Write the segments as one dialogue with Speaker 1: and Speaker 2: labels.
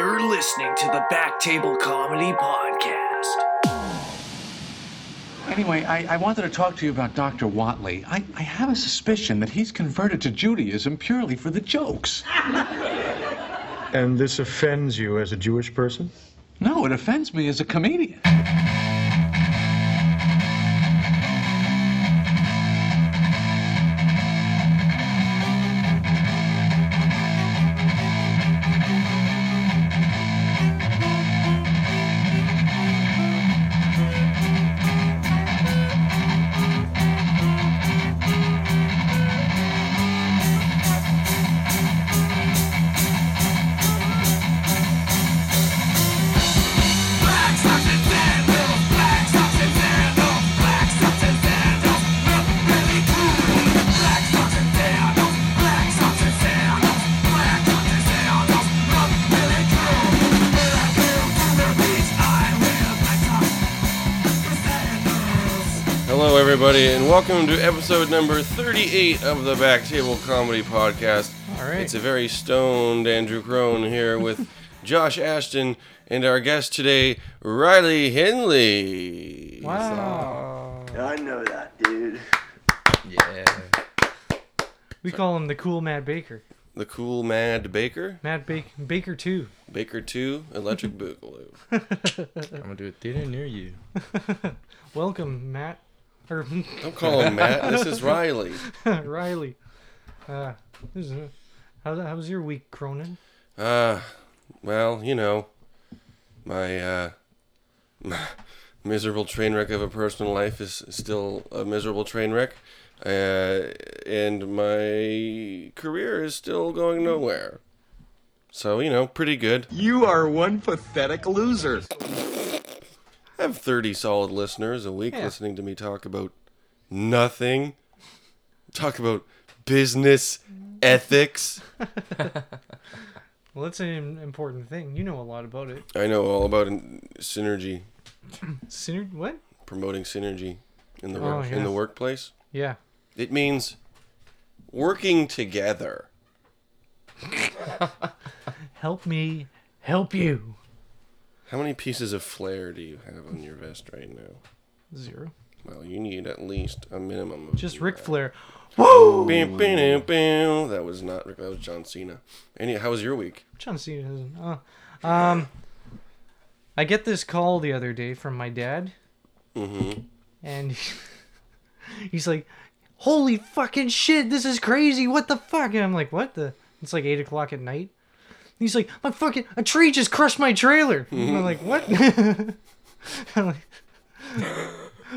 Speaker 1: listening to the Back Table Comedy Podcast.
Speaker 2: Anyway, I, I wanted to talk to you about Dr. Watley. I, I have a suspicion that he's converted to Judaism purely for the jokes.
Speaker 3: And this offends you as a Jewish person?
Speaker 2: No, it offends me as a comedian.
Speaker 4: Hello, everybody, and welcome to episode number 38 of the Back Table Comedy Podcast. All right. It's a very stoned Andrew Crone here with Josh Ashton and our guest today, Riley Henley.
Speaker 5: I know that, dude.
Speaker 6: We call him the cool Mad Baker.
Speaker 4: The cool Mad Baker,
Speaker 6: Mad Bak- Baker 2.
Speaker 4: Baker 2, Electric Boogaloo.
Speaker 7: I'm gonna do a theater near you.
Speaker 6: Welcome, Matt. Or
Speaker 4: Don't call him Matt, this is Riley.
Speaker 6: Riley. Uh, this is, how, how was your week, Cronin?
Speaker 4: Uh, well, you know, my, uh, miserable train wreck of a personal life is still a miserable train wreck. Uh, and my career is still going nowhere. So, you know, pretty good.
Speaker 8: You are one pathetic loser.
Speaker 4: I have 30 solid listeners a week listening to me talk about nothing, talk about business ethics.
Speaker 6: Well, that's an important thing. You know a lot about it.
Speaker 4: I know all about synergy,
Speaker 6: Syner- what?
Speaker 4: promoting synergy in the,
Speaker 6: Oh,
Speaker 4: work, in
Speaker 6: yes.
Speaker 4: the workplace.
Speaker 6: Yeah.
Speaker 4: It means working together.
Speaker 6: Help me help you.
Speaker 4: How many pieces of flair do you have on your vest right now?
Speaker 6: Zero.
Speaker 4: Well, you need at least a minimum of
Speaker 6: Just Ric Flair.
Speaker 4: Bam, bam, bam. That was not Ric- that was John Cena. Any, how was your week?
Speaker 6: John Cena doesn't. Uh, um, I get this call the other day from my dad,
Speaker 4: Mm-hmm.
Speaker 6: and he's like, "Holy fucking shit! This is crazy! What the fuck?" And I'm like, "What the?" It's like eight o'clock at night. And he's like, "My fucking a tree just crushed my trailer." And I'm like, "What?" I'm like,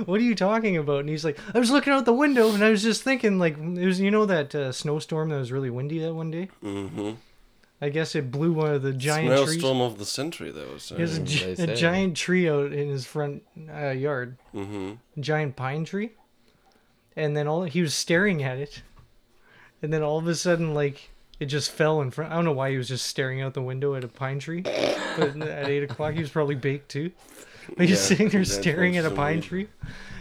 Speaker 6: what are you talking about? And he's like, I was looking out the window and I was just thinking, like, it was, you know, that uh, snowstorm that was really windy that one day?
Speaker 4: Mm-hmm.
Speaker 6: I guess it blew one of the giant trees.
Speaker 4: Snowstorm of the century, though. So.
Speaker 6: He has a, gi-
Speaker 7: they
Speaker 6: a
Speaker 7: say.
Speaker 6: giant tree out in his front uh, yard,
Speaker 4: hmm
Speaker 6: a giant pine tree, and then all he was staring at it, and then all of a sudden, like it just fell in front. I don't know why he was just staring out the window at a pine tree, but at eight o'clock he was probably baked too. But he's
Speaker 4: Yeah,
Speaker 6: sitting there
Speaker 4: that's
Speaker 6: staring at a
Speaker 4: so
Speaker 6: pine
Speaker 4: weird.
Speaker 6: tree.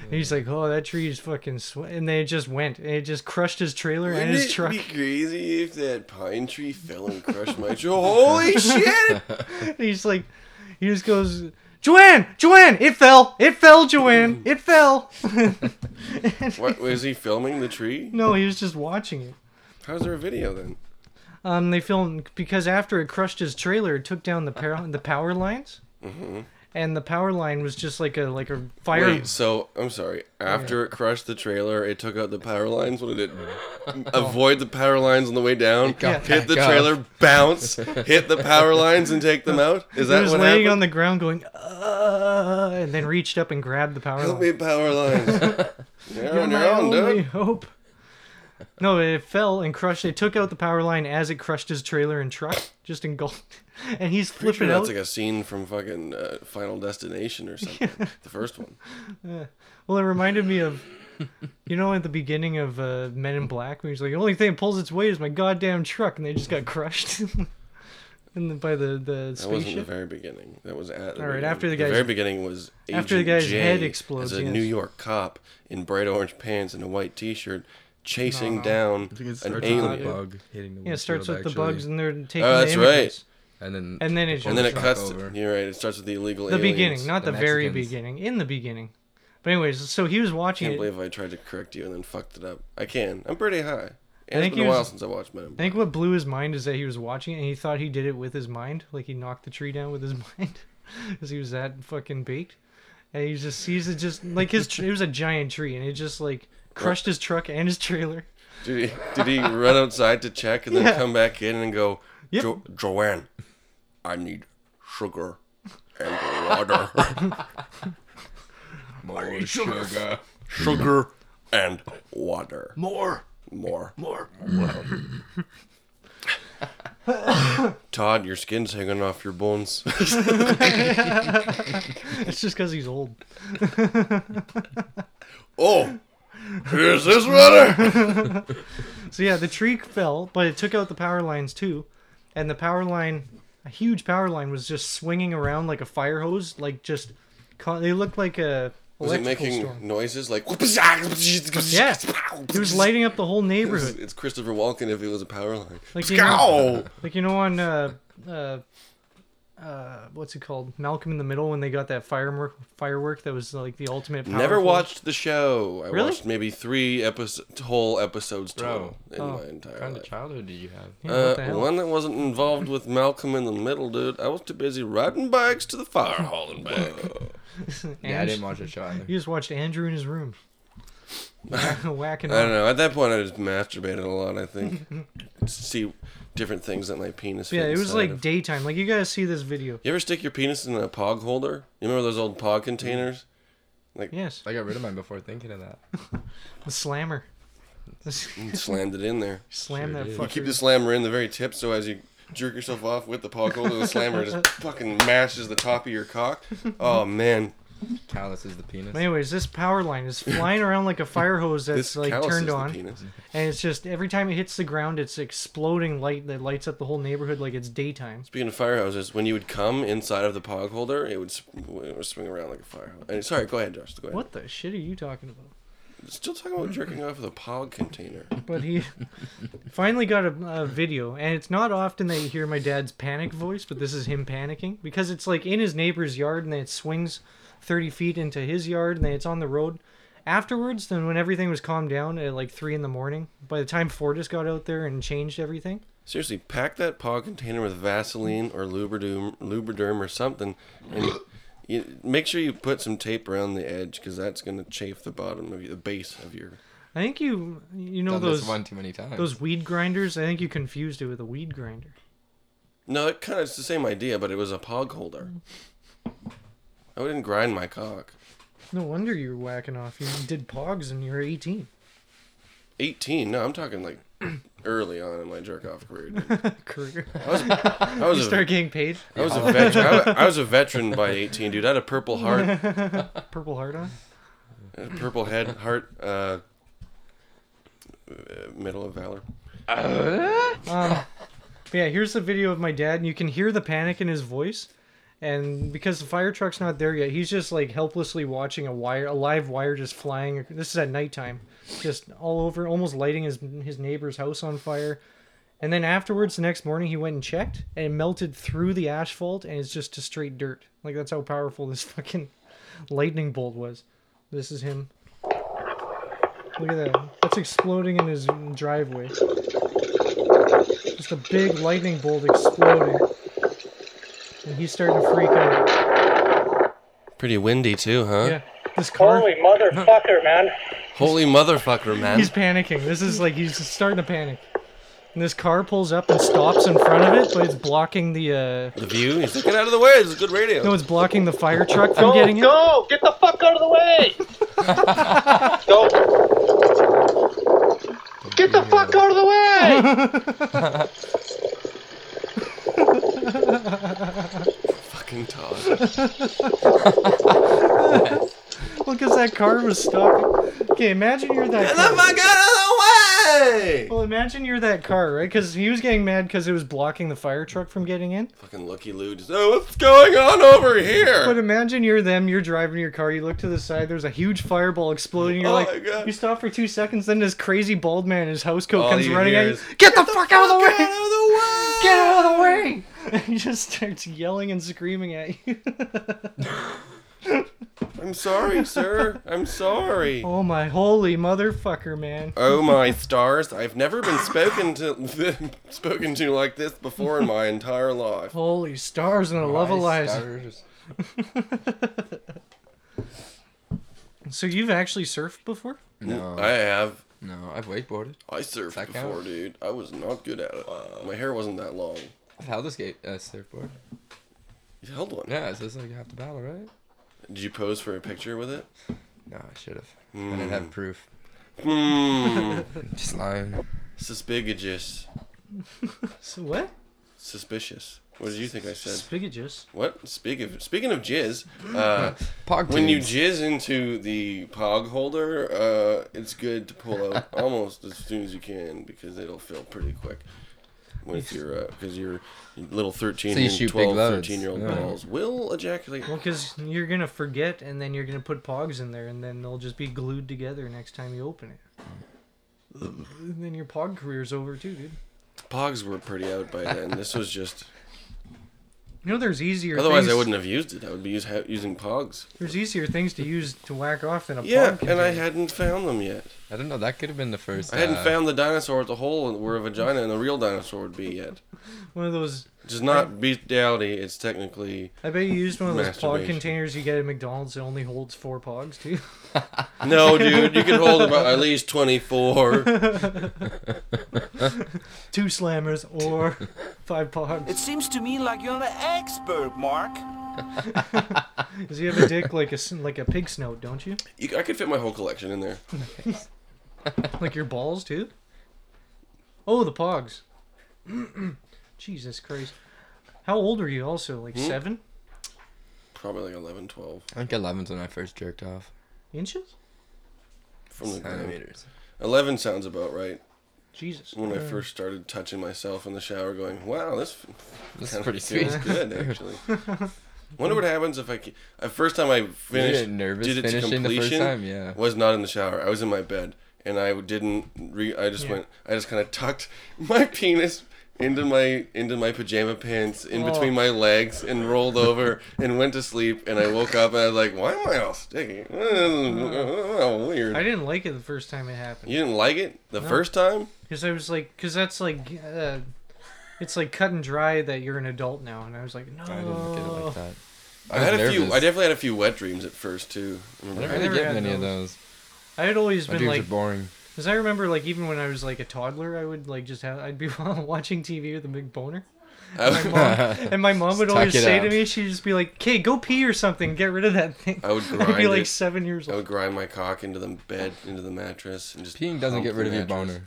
Speaker 6: And he's like, "Oh, that tree is fucking sw-. and then it just went, and it just crushed his trailer and
Speaker 4: Wouldn't
Speaker 6: his
Speaker 4: it
Speaker 6: truck.
Speaker 4: be crazy if that pine tree fell and crushed my tree? Holy shit!
Speaker 6: And he's like, he just goes, Joanne, Joanne, it fell, it fell, Joanne, it fell.
Speaker 4: What was he filming the tree?
Speaker 6: No, he was just watching it.
Speaker 4: How's there a video then?
Speaker 6: Um, they filmed because after it crushed his trailer, it took down the power the power lines, and the power line was just like a like a fire.
Speaker 4: Mm-hmm. Wait, so I'm sorry. After it crushed the trailer, it took out the power lines. What did it avoid the power lines on the way down?
Speaker 6: got
Speaker 4: Hit the
Speaker 7: back up.
Speaker 4: trailer, bounce, hit the power lines, and take them out. Is
Speaker 6: He
Speaker 4: that
Speaker 6: was
Speaker 4: what
Speaker 6: laying
Speaker 4: happened?
Speaker 6: on the ground going, uh, and then reached up and grabbed the power
Speaker 4: Help
Speaker 6: line.
Speaker 4: me, power lines. You're on
Speaker 6: My
Speaker 4: your own,
Speaker 6: only
Speaker 4: dude.
Speaker 6: hope. No, it fell and crushed. It took out the power line as it crushed his trailer and truck, just engulfed. And he's
Speaker 4: Sure,
Speaker 6: flipping out.
Speaker 4: that's like a scene from fucking uh, Final Destination or something. The first one.
Speaker 6: Well, it reminded me of, you know, at the beginning of uh, Men in Black, when he's like, the only thing that pulls its weight is my goddamn truck, and they just got crushed. and then by the, the
Speaker 4: That wasn't the
Speaker 6: spaceship.
Speaker 4: very beginning. That was at. the
Speaker 6: All right,
Speaker 4: beginning.
Speaker 6: after the
Speaker 4: the
Speaker 6: guy's-
Speaker 4: very beginning was
Speaker 6: after the
Speaker 4: Agent
Speaker 6: guy's
Speaker 4: J
Speaker 6: head explodes,
Speaker 4: as a
Speaker 6: yes.
Speaker 4: New York cop in bright orange pants and a white T-shirt, chasing down
Speaker 7: I think it
Speaker 4: an
Speaker 7: starts with the
Speaker 4: alien.
Speaker 7: bug hitting the
Speaker 6: Yeah, it starts with
Speaker 7: windshield,
Speaker 6: the bugs,
Speaker 7: actually.
Speaker 6: and they're taking
Speaker 4: Oh, that's
Speaker 6: the
Speaker 4: right.
Speaker 6: images.
Speaker 7: and then
Speaker 6: And then it just
Speaker 4: and then it
Speaker 7: Fuck
Speaker 4: cuts.
Speaker 7: over.
Speaker 4: You're right. It starts with the illegal.
Speaker 6: the
Speaker 4: aliens.
Speaker 6: beginning, not the,
Speaker 7: the
Speaker 6: very
Speaker 7: Mexicans.
Speaker 6: beginning, in the beginning. But anyways, so he was
Speaker 4: I
Speaker 6: watching
Speaker 4: can't
Speaker 6: it.
Speaker 4: believe I tried to correct you and then fucked it up. I can. I'm pretty high. And
Speaker 6: think
Speaker 4: it's been
Speaker 6: he
Speaker 4: a
Speaker 6: was-
Speaker 4: while since I watched Men in
Speaker 6: I
Speaker 4: Black.
Speaker 6: think what blew his mind is that he was watching it and he thought he did it with his mind, like he knocked the tree down with his mind, because he was that fucking baked. And he just sees it just like his tr- it was a giant tree and it just like crushed his truck and his trailer.
Speaker 4: Did he, did he run outside to check and then
Speaker 6: Yeah.
Speaker 4: come back in and go,
Speaker 6: Yep.
Speaker 4: jo- Joanne, I need sugar and water.
Speaker 7: more sugar.
Speaker 4: sugar and water.
Speaker 1: More,
Speaker 4: More.
Speaker 1: more.
Speaker 4: Todd, your skin's hanging off your bones.
Speaker 6: It's just because he's old.
Speaker 4: oh, here's this water.
Speaker 6: So yeah, the tree fell, but it took out the power lines too, and the power line, a huge power line, was just swinging around like a fire hose, like just. Con- they looked like a
Speaker 4: Was it
Speaker 6: electrical
Speaker 4: making
Speaker 6: storm.
Speaker 4: noises like?
Speaker 6: Yeah,
Speaker 4: Yes.
Speaker 6: it was lighting up the whole neighborhood.
Speaker 4: It's Christopher Walken if it was a power line.
Speaker 6: Like, you know-
Speaker 4: Scow!
Speaker 6: Like you know on uh, uh, uh, what's it called? Malcolm in the Middle when they got that firework firework that was like the ultimate. Power
Speaker 4: Never
Speaker 6: pole.
Speaker 4: watched the show. I
Speaker 6: Really?
Speaker 4: watched maybe three episo- whole episodes total
Speaker 7: Bro.
Speaker 4: in my
Speaker 7: What
Speaker 4: entire
Speaker 7: kind of
Speaker 4: life.
Speaker 7: childhood did you have?
Speaker 6: Yeah, Oh, what the
Speaker 4: Uh,
Speaker 6: hell?
Speaker 4: one that wasn't involved with Malcolm in the Middle, dude. I was too busy riding bikes to the fire hall and back.
Speaker 7: Yeah, I
Speaker 6: And-
Speaker 7: didn't watch that show either.
Speaker 6: You just watched Andrew in his room. Whacking.
Speaker 4: I don't
Speaker 6: off.
Speaker 4: know. At that point, I just masturbated a lot. I think to see different things that my penis.
Speaker 6: Yeah,
Speaker 4: fit
Speaker 6: it was
Speaker 4: inside
Speaker 6: like
Speaker 4: of.
Speaker 6: daytime. Like you gotta see this video.
Speaker 4: You ever stick your penis in a pog holder? You remember those old pog containers?
Speaker 6: Yes,
Speaker 7: I got rid of mine before thinking of that.
Speaker 6: the slammer.
Speaker 4: And slammed it in there.
Speaker 6: Slam that
Speaker 4: You
Speaker 6: fucker.
Speaker 4: keep the slammer in the very tip, so as you jerk yourself off with the pog holder, the slammer just fucking mashes the top of your cock. Oh man,
Speaker 7: Callus is the penis.
Speaker 6: But anyways, this power line is flying around like a fire hose that's
Speaker 4: this
Speaker 6: like
Speaker 4: callus
Speaker 6: turned
Speaker 4: is the
Speaker 6: on,
Speaker 4: penis.
Speaker 6: and it's just every time it hits the ground, it's exploding light that lights up the whole neighborhood like it's daytime.
Speaker 4: Speaking of fire hoses, when you would come inside of the pog holder, it would, sp- it would swing around like a fire hose. And- Sorry, go ahead, Josh. Go ahead.
Speaker 6: What the shit are you talking about?
Speaker 4: Still talking about jerking off with a pog container.
Speaker 6: but he finally got a, a video and it's not often that you hear my dad's panic voice but this is him panicking because it's like in his neighbor's yard and then it swings 30 feet into his yard and then it's on the road afterwards then when everything was calmed down at like 3 in the morning by the time fortis got out there and changed everything
Speaker 4: Seriously, pack that pog container with Vaseline or Lubriderm, Lubriderm or something, and you, make sure you put some tape around the edge because that's going to chafe the bottom of you, the base of your.
Speaker 6: i think you you know
Speaker 7: Done
Speaker 6: those
Speaker 7: this one too many times.
Speaker 6: those weed grinders i think you confused it with a weed grinder
Speaker 4: No, it kind of it's the same idea, but it was a pog holder. I wouldn't grind my cock.
Speaker 6: no wonder you were whacking off you did pogs when you were 18
Speaker 4: Eighteen? No, I'm talking like early on in my jerk off career. dude.
Speaker 6: career
Speaker 4: I was, I was a-
Speaker 6: start getting paid
Speaker 4: I was a veteran. I, wa- I was a veteran by 18, dude. I had a purple heart, I
Speaker 6: purple heart on
Speaker 4: had a purple head, heart, uh, uh, middle of valor.
Speaker 6: But yeah, here's the video of my dad, and you can hear the panic in his voice. And because the fire truck's not there yet, he's just like helplessly watching a wire, a live wire, just flying. This is at nighttime, just all over, almost lighting his his neighbor's house on fire. And then afterwards, the next morning, he went and checked, and it melted through the asphalt, and it's just to straight dirt. Like that's how powerful this fucking lightning bolt was. This is him. Look at that. That's exploding in his driveway. Just a big lightning bolt exploding. And he's starting to freak out.
Speaker 4: Pretty windy too, huh?
Speaker 6: Yeah. This car.
Speaker 4: Holy motherfucker, man!
Speaker 6: He's panicking. This is like, he's just starting to panic. And this car pulls up and stops in front of it, but it's blocking the, uh.
Speaker 4: the view. He's like, get out of the way. This is good radio.
Speaker 6: No, it's blocking the fire truck from getting in.
Speaker 9: Go! Get the fuck out of the way! go! Get the fuck out of the way!
Speaker 4: fucking Todd.
Speaker 6: Well, because that car was stopping. Okay, imagine you're that. car.
Speaker 4: fuck out of the Hey!
Speaker 6: Well, imagine you're that car, right? Because he was getting mad because it was blocking the fire truck from getting in.
Speaker 4: Fucking Lucky Lou just, oh, what's going on over here?
Speaker 6: But imagine you're them. You're driving your car. You look to the side. There's a huge fireball exploding. You're
Speaker 4: Oh
Speaker 6: like,
Speaker 4: my God.
Speaker 6: you stop for two seconds. Then this crazy bald man in his housecoat
Speaker 4: All
Speaker 6: comes
Speaker 4: you
Speaker 6: running
Speaker 4: hear
Speaker 6: at you.
Speaker 4: is,
Speaker 6: Get, the, fuck out of the
Speaker 4: Get out
Speaker 6: way!
Speaker 4: of the way!
Speaker 6: Get out of the way! And he just starts yelling and screaming at you.
Speaker 4: I'm sorry, sir. I'm sorry.
Speaker 6: oh my holy motherfucker, man!
Speaker 4: Oh my stars! I've never been spoken to spoken to like this before in my entire life.
Speaker 6: Holy stars and a love of
Speaker 7: Nice
Speaker 6: lies.
Speaker 7: stars.
Speaker 6: So you've actually surfed before?
Speaker 7: No.
Speaker 4: I have.
Speaker 7: No, I've wakeboarded.
Speaker 4: I surfed
Speaker 7: That count?
Speaker 4: before, dude. I was not good at it. my hair wasn't that long.
Speaker 7: I've held this skate uh, surfboard.
Speaker 4: You held one.
Speaker 7: Yeah, so it's like you have to battle, right?
Speaker 4: Did you pose for a picture with it?
Speaker 7: No, I should have. I didn't have proof.
Speaker 4: Hmm.
Speaker 7: Just lying.
Speaker 4: Suspicious.
Speaker 6: So what?
Speaker 4: Suspicious. What did you think I said?
Speaker 6: Spigages.
Speaker 4: What? Speak of, speaking of jizz, uh,
Speaker 7: Pog
Speaker 4: when you
Speaker 7: tunes.
Speaker 4: jizz into the pog holder, uh, it's good to pull out almost as soon as you can because it'll fill pretty quick. With your, because your little 13,
Speaker 7: So you shoot big
Speaker 4: 12,
Speaker 7: loads.
Speaker 4: 13 year old
Speaker 7: Yeah.
Speaker 4: balls will ejaculate.
Speaker 6: Well, because you're gonna forget, and then you're gonna put pogs in there, and then they'll just be glued together next time you open it.
Speaker 4: Mm.
Speaker 6: and then your pog career's over too, dude.
Speaker 4: Pogs were pretty out by then. This was just.
Speaker 6: You know, there's easier.
Speaker 4: Otherwise,
Speaker 6: things,
Speaker 4: I wouldn't have used it. I would be use, ha- using pogs.
Speaker 6: There's easier things to use to whack off than a
Speaker 4: Yeah,
Speaker 6: pog.
Speaker 4: and I hadn't found them yet.
Speaker 7: I don't know. That could have been the first.
Speaker 4: I hadn't
Speaker 7: uh,
Speaker 4: found the dinosaur with the hole in- where a vagina and a real dinosaur would be yet.
Speaker 6: one of those.
Speaker 4: Which is not bestiality. It's technically
Speaker 6: I bet you used one of those pog
Speaker 4: Masturbation.
Speaker 6: containers you get at McDonald's that only holds four pogs too.
Speaker 4: no, dude. You can hold about at least twenty four.
Speaker 6: Two slammers or five pogs.
Speaker 1: It seems to me like you're an expert, Mark.
Speaker 6: Does you have a dick like a s- like a pig snout? Don't you?
Speaker 4: I could fit my whole collection in there.
Speaker 6: Like your balls too? Oh, the pogs. Jesus Christ. How old are you also? Like
Speaker 4: Hmm?
Speaker 6: seven
Speaker 4: Probably like 11, 12.
Speaker 7: I think 11's when I first jerked off.
Speaker 6: inches?
Speaker 4: From the ground.
Speaker 7: Centimeters.
Speaker 4: Eleven sounds about right.
Speaker 6: Jesus.
Speaker 4: When I first started touching myself in the shower, going, "Wow, this
Speaker 7: This is
Speaker 4: kinda
Speaker 7: pretty sweet.
Speaker 4: feels good actually." Wonder what happens if I ke- uh, first time I finished
Speaker 7: get nervous
Speaker 4: did it to
Speaker 7: finishing the first
Speaker 4: completion.
Speaker 7: time? Yeah.
Speaker 4: was not in the shower. I was in my bed and I didn't. Re- I just
Speaker 6: Yeah.
Speaker 4: went. I just kind of tucked my penis into my into my pajama pants
Speaker 6: Oh.
Speaker 4: in between my legs and rolled over and went to sleep. And I woke up and I was like, "Why am I all sticky? Oh,
Speaker 6: I
Speaker 4: weird."
Speaker 6: didn't like it the first time it happened.
Speaker 4: You didn't like it the first time?
Speaker 6: Because I was like, because that's like, uh, it's like cut and dry that you're an adult now. And I was like, no.
Speaker 7: I didn't get it like that.
Speaker 4: I,
Speaker 7: was
Speaker 4: had a few.
Speaker 7: nervous.
Speaker 4: I definitely had a few wet dreams at first too.
Speaker 7: I
Speaker 4: Remember?
Speaker 7: didn't really
Speaker 6: never
Speaker 7: get
Speaker 6: had
Speaker 7: many of those.
Speaker 6: I had always
Speaker 7: My
Speaker 6: been
Speaker 7: dreams
Speaker 6: like,
Speaker 7: are boring.
Speaker 6: because I remember like even when I was like a toddler, I would like just have, I'd be watching TV with a big boner.
Speaker 4: I,
Speaker 6: And my mom would
Speaker 7: Just Oh. tuck
Speaker 6: always
Speaker 7: it
Speaker 6: say to
Speaker 7: up.
Speaker 6: me, she'd just be like, "Okay, go pee or something. Get rid of that thing."
Speaker 7: Oh,
Speaker 4: I would
Speaker 6: I'd be
Speaker 4: grind
Speaker 6: like
Speaker 4: it.
Speaker 6: seven years
Speaker 4: I
Speaker 6: old.
Speaker 4: would grind my cock into the bed, into the mattress, and just
Speaker 7: Peeing
Speaker 4: hump
Speaker 7: doesn't get
Speaker 4: the
Speaker 7: rid of your
Speaker 4: mattress.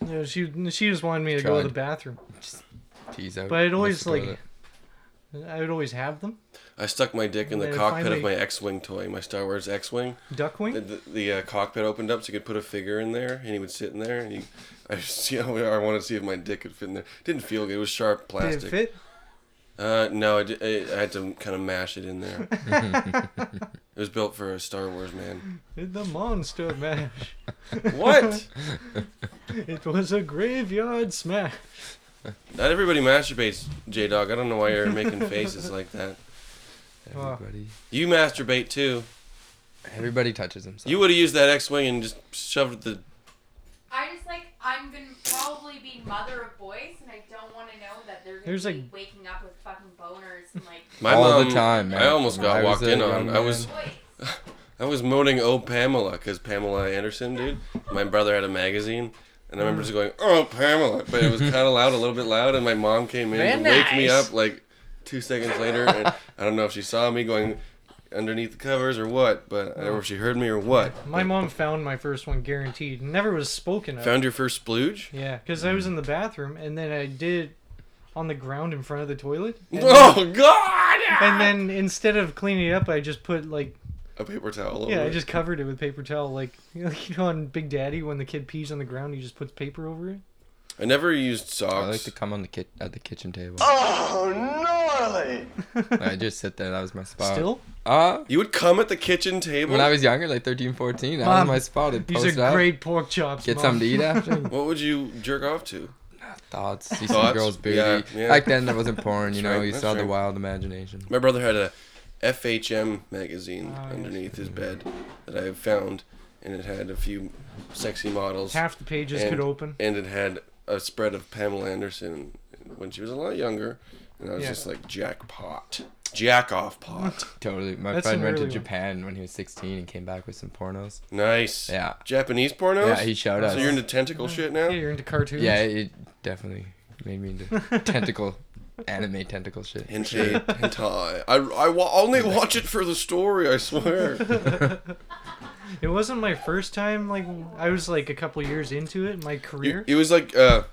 Speaker 7: boner.
Speaker 6: No, she she just wanted me to go to the
Speaker 7: Tried.
Speaker 6: bathroom,
Speaker 7: Pees out.
Speaker 6: but I'd
Speaker 7: Must
Speaker 6: always
Speaker 7: go to
Speaker 6: like, I would always have them.
Speaker 4: I stuck my dick in the
Speaker 6: They
Speaker 4: cockpit
Speaker 6: finally-
Speaker 4: of my X-wing toy, my Star Wars X-wing.
Speaker 6: Duckwing.
Speaker 4: The, the, the, uh, cockpit opened up, so you could put a figure in there, and he would sit in there. And he, I see, I wanted to see if my dick could fit in there. Didn't feel good. It was sharp
Speaker 6: Did
Speaker 4: plastic.
Speaker 6: it fit?
Speaker 4: Uh, no, I, did, I, I had to kind of mash it in there. it was built for a Star Wars man.
Speaker 6: Did the monster mash?
Speaker 4: What?
Speaker 6: It was a graveyard smash.
Speaker 4: Not everybody masturbates, J Dog. I don't know why you're making faces like that.
Speaker 7: Everybody,
Speaker 4: You masturbate too.
Speaker 7: uh, everybody touches themselves.
Speaker 4: You would have used that X-wing and just shoved the.
Speaker 10: I just like I'm gonna probably be mother of boys, and I don't want to know that they're gonna
Speaker 6: There's,
Speaker 10: be
Speaker 6: like-
Speaker 10: waking up with fucking boners and like
Speaker 4: My
Speaker 7: All the
Speaker 4: mom-
Speaker 7: time, man.
Speaker 4: I almost got
Speaker 7: I was
Speaker 4: walked
Speaker 7: a
Speaker 4: in
Speaker 7: young
Speaker 4: on. I was.
Speaker 7: man.
Speaker 10: boys.
Speaker 4: I was moaning, "Oh Pamela," because Pamela Anderson, dude. My brother had a magazine, and I remember just going, "Oh Pamela," but it was kind of loud, a little bit loud, and my mom came in
Speaker 6: Very
Speaker 4: and waked me
Speaker 6: nice.
Speaker 4: up like two seconds later. And I don't know if she saw me going underneath the covers or what, but I don't know if she heard me or what.
Speaker 6: My mom found my first one, guaranteed. Never was spoken of.
Speaker 4: Found your first splooge?
Speaker 6: yeah, because I was in the bathroom, and then I did it on the ground in front of the toilet. And,
Speaker 4: Oh God!
Speaker 6: and then instead of cleaning it up, I just put like
Speaker 4: a paper towel over
Speaker 6: yeah, I
Speaker 4: it.
Speaker 6: just covered it with paper towel, like you know, you know, on Big Daddy when the kid pees on the ground, he just puts paper over it.
Speaker 4: I never used socks.
Speaker 7: I like to come on the kit at the kitchen table.
Speaker 5: Oh, gnarly!
Speaker 7: I just sit there. That was my spot.
Speaker 6: Still?
Speaker 7: Uh,
Speaker 4: you would come at the kitchen table
Speaker 7: when I was younger, like 13, 14. That
Speaker 6: Mom,
Speaker 7: was my spot. I'd
Speaker 6: These
Speaker 7: post
Speaker 6: are
Speaker 7: up,
Speaker 6: great pork chops.
Speaker 7: Get
Speaker 6: Mom.
Speaker 7: something to eat after.
Speaker 4: What would you jerk off to?
Speaker 7: Thoughts. See some
Speaker 4: Thoughts?
Speaker 7: girl's booty.
Speaker 4: Yeah, yeah.
Speaker 7: Back then, that wasn't porn. You
Speaker 4: That's
Speaker 7: know,
Speaker 4: right,
Speaker 7: you
Speaker 4: that's
Speaker 7: saw the
Speaker 4: right.
Speaker 7: wild imagination.
Speaker 4: My brother had a FHM magazine
Speaker 6: Ah,
Speaker 4: underneath his bed that I found, and it had a few sexy models.
Speaker 6: Half the pages
Speaker 4: and-
Speaker 6: could open.
Speaker 4: And it had a spread of Pamela Anderson when she was a lot younger, and I was
Speaker 6: Yeah.
Speaker 4: just like jackpot, jack off pot.
Speaker 7: Totally. My
Speaker 6: That's
Speaker 7: friend
Speaker 6: an
Speaker 7: went to
Speaker 6: early one.
Speaker 7: Japan when he was 16 and came back with some pornos.
Speaker 4: Nice.
Speaker 7: Yeah.
Speaker 4: Japanese pornos.
Speaker 7: Yeah, he showed us.
Speaker 4: So you're into tentacle shit now.
Speaker 6: Yeah, you're into cartoons.
Speaker 7: Yeah, it definitely made me into tentacle, anime tentacle shit.
Speaker 4: Hentai, hentai. I, I wa- only watch it for the story. I swear.
Speaker 6: It wasn't my first time. Like I was like a couple years into it, in my career.
Speaker 4: You- it was like uh,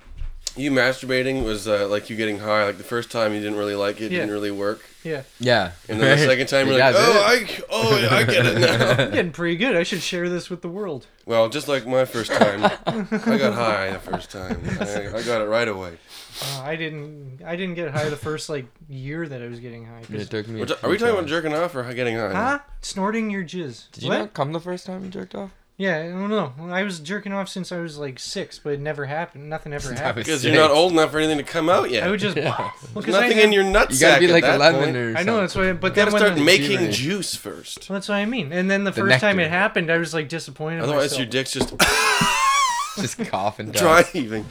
Speaker 4: you masturbating was uh, like you getting high. Like the first time you didn't really like it,
Speaker 6: Yeah.
Speaker 4: didn't really work,
Speaker 6: yeah,
Speaker 7: Yeah.
Speaker 4: and then the second time you're
Speaker 7: Yeah,
Speaker 4: like, oh,
Speaker 7: that's
Speaker 4: I, oh, yeah, I get it now.
Speaker 6: I'm getting pretty good. I should share this with the world.
Speaker 4: well, just like my first time, I got high the first time. I, I got it right away.
Speaker 6: Uh, I didn't. I didn't get high the first like year that I was getting high. 'cause-
Speaker 7: it. It took me
Speaker 4: We're
Speaker 7: a
Speaker 4: ta- are we
Speaker 7: few
Speaker 4: talking about
Speaker 7: times.
Speaker 4: jerking off or getting high?
Speaker 6: Huh? Snorting your jizz.
Speaker 7: Did you
Speaker 6: What?
Speaker 7: not come the first time you jerked off?
Speaker 6: Yeah, I don't know. I was jerking off since I was like six, but it never happened. Nothing ever
Speaker 7: That
Speaker 6: happened.
Speaker 7: was
Speaker 4: Because
Speaker 7: sick.
Speaker 4: you're not old enough for anything to come out yet.
Speaker 6: I would just.
Speaker 7: Yeah.
Speaker 6: Well, 'cause I
Speaker 4: Nothing
Speaker 6: had-
Speaker 4: in your nutsack.
Speaker 7: You gotta be like
Speaker 4: at that
Speaker 7: 11
Speaker 4: point.
Speaker 7: or
Speaker 6: I know that's why. But
Speaker 4: You
Speaker 6: then
Speaker 4: gotta
Speaker 6: when
Speaker 4: start
Speaker 6: the-
Speaker 4: making
Speaker 7: Puberty.
Speaker 4: juice first.
Speaker 6: That's what I mean. And then the, first time
Speaker 7: nectar.
Speaker 6: it happened, I was like disappointed.
Speaker 4: Otherwise,
Speaker 6: myself.
Speaker 4: your dick's just
Speaker 7: Just cough and die.
Speaker 4: driving.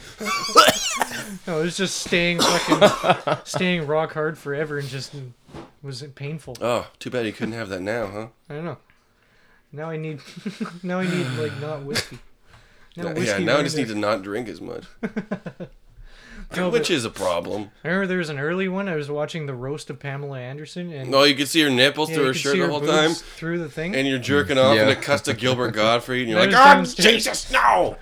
Speaker 6: No, it was just staying fucking, staying rock hard forever, and just was it painful.
Speaker 4: Oh, too bad you couldn't have that now, huh?
Speaker 6: I don't know. Now I need, now I need like not whiskey. Now
Speaker 4: yeah,
Speaker 6: whiskey
Speaker 4: now I
Speaker 6: right
Speaker 4: just
Speaker 6: there.
Speaker 4: need to not drink as much,
Speaker 6: No,
Speaker 4: which
Speaker 6: but
Speaker 4: is a problem.
Speaker 6: I remember there was an early one. I was watching the roast of Pamela Anderson, and
Speaker 4: No, you could see her nipples
Speaker 6: yeah,
Speaker 4: through
Speaker 6: you
Speaker 4: her
Speaker 6: could
Speaker 4: shirt
Speaker 6: see
Speaker 4: the
Speaker 6: her
Speaker 4: whole time,
Speaker 6: boobs through the thing.
Speaker 4: and you're jerking off, and
Speaker 7: Yeah.
Speaker 4: it cuts to Gilbert Godfrey, and you're
Speaker 6: That
Speaker 4: like,
Speaker 6: was
Speaker 4: "Ah,
Speaker 6: downstairs."
Speaker 4: Jesus, no!"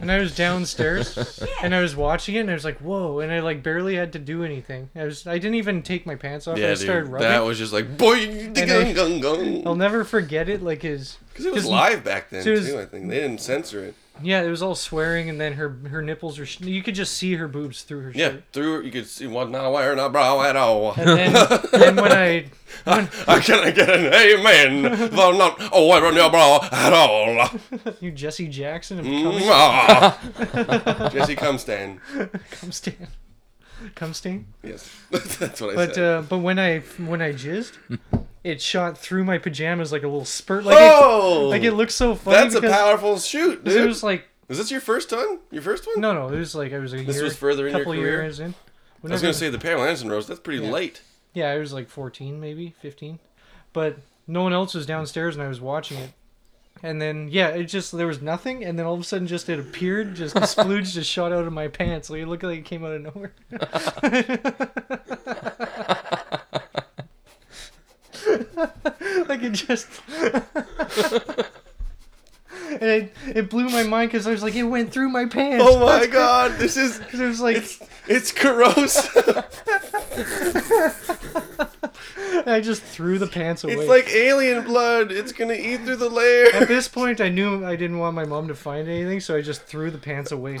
Speaker 6: And I was downstairs and I was watching it and I was like, whoa. And I like barely had to do anything. I was I didn't even take my pants off. I
Speaker 4: Yeah,
Speaker 6: started
Speaker 4: dude,
Speaker 6: rubbing.
Speaker 4: that was just like, boy,
Speaker 6: I-
Speaker 4: gung gung
Speaker 6: I'll
Speaker 4: gung.
Speaker 6: never forget it. Like his.
Speaker 4: Because it was
Speaker 6: 'cause-
Speaker 4: live back then
Speaker 6: so it was-
Speaker 4: too. I think they didn't censor it.
Speaker 6: Yeah, it was all swearing and then her her nipples were. Sh- you could just see her boobs through her
Speaker 4: Yeah,
Speaker 6: shirt.
Speaker 4: through you could see one now wearing a bra at all.
Speaker 6: And then, then when I.
Speaker 4: I cannot get an amen. Though not wearing a bra at all.
Speaker 6: You Jesse Jackson of
Speaker 4: Mm, ah. Jesse, come stand.
Speaker 6: Come Stan. Come Stan.
Speaker 4: Yes, that's what I
Speaker 6: But
Speaker 4: said.
Speaker 6: uh, but when I when I jizzed, it shot through my pajamas like a little spurt. uh, Like,
Speaker 4: oh,
Speaker 6: it, like it looked so funny.
Speaker 4: that's a
Speaker 6: because
Speaker 4: powerful shoot,
Speaker 6: It
Speaker 4: dude.
Speaker 6: was like
Speaker 4: Is this your first time? Your first one?
Speaker 6: No, no, it was like I was a
Speaker 4: This
Speaker 6: year,
Speaker 4: was further in your
Speaker 6: couple
Speaker 4: career?
Speaker 6: years in.
Speaker 4: I was
Speaker 6: Whenever-
Speaker 4: gonna say the Pamela Anderson roast. That's pretty late.
Speaker 6: yeah, I was like 14, maybe 15, but no one else was downstairs, and I was watching it. And then yeah, it just there was nothing, and then all of a sudden, just it appeared, just a splooge just shot out of my pants. Like it looked like it came out of nowhere. like it just. And it, it blew my mind because I was like, it went through my pants.
Speaker 4: Oh my god, this is
Speaker 6: 'Cause it was like,
Speaker 4: it's corrosive.
Speaker 6: I just threw the pants away.
Speaker 4: it's like alien blood. It's gonna eat through the
Speaker 6: At
Speaker 4: layer.
Speaker 6: this point, I knew I didn't want my mom to find anything, so I just threw the pants away.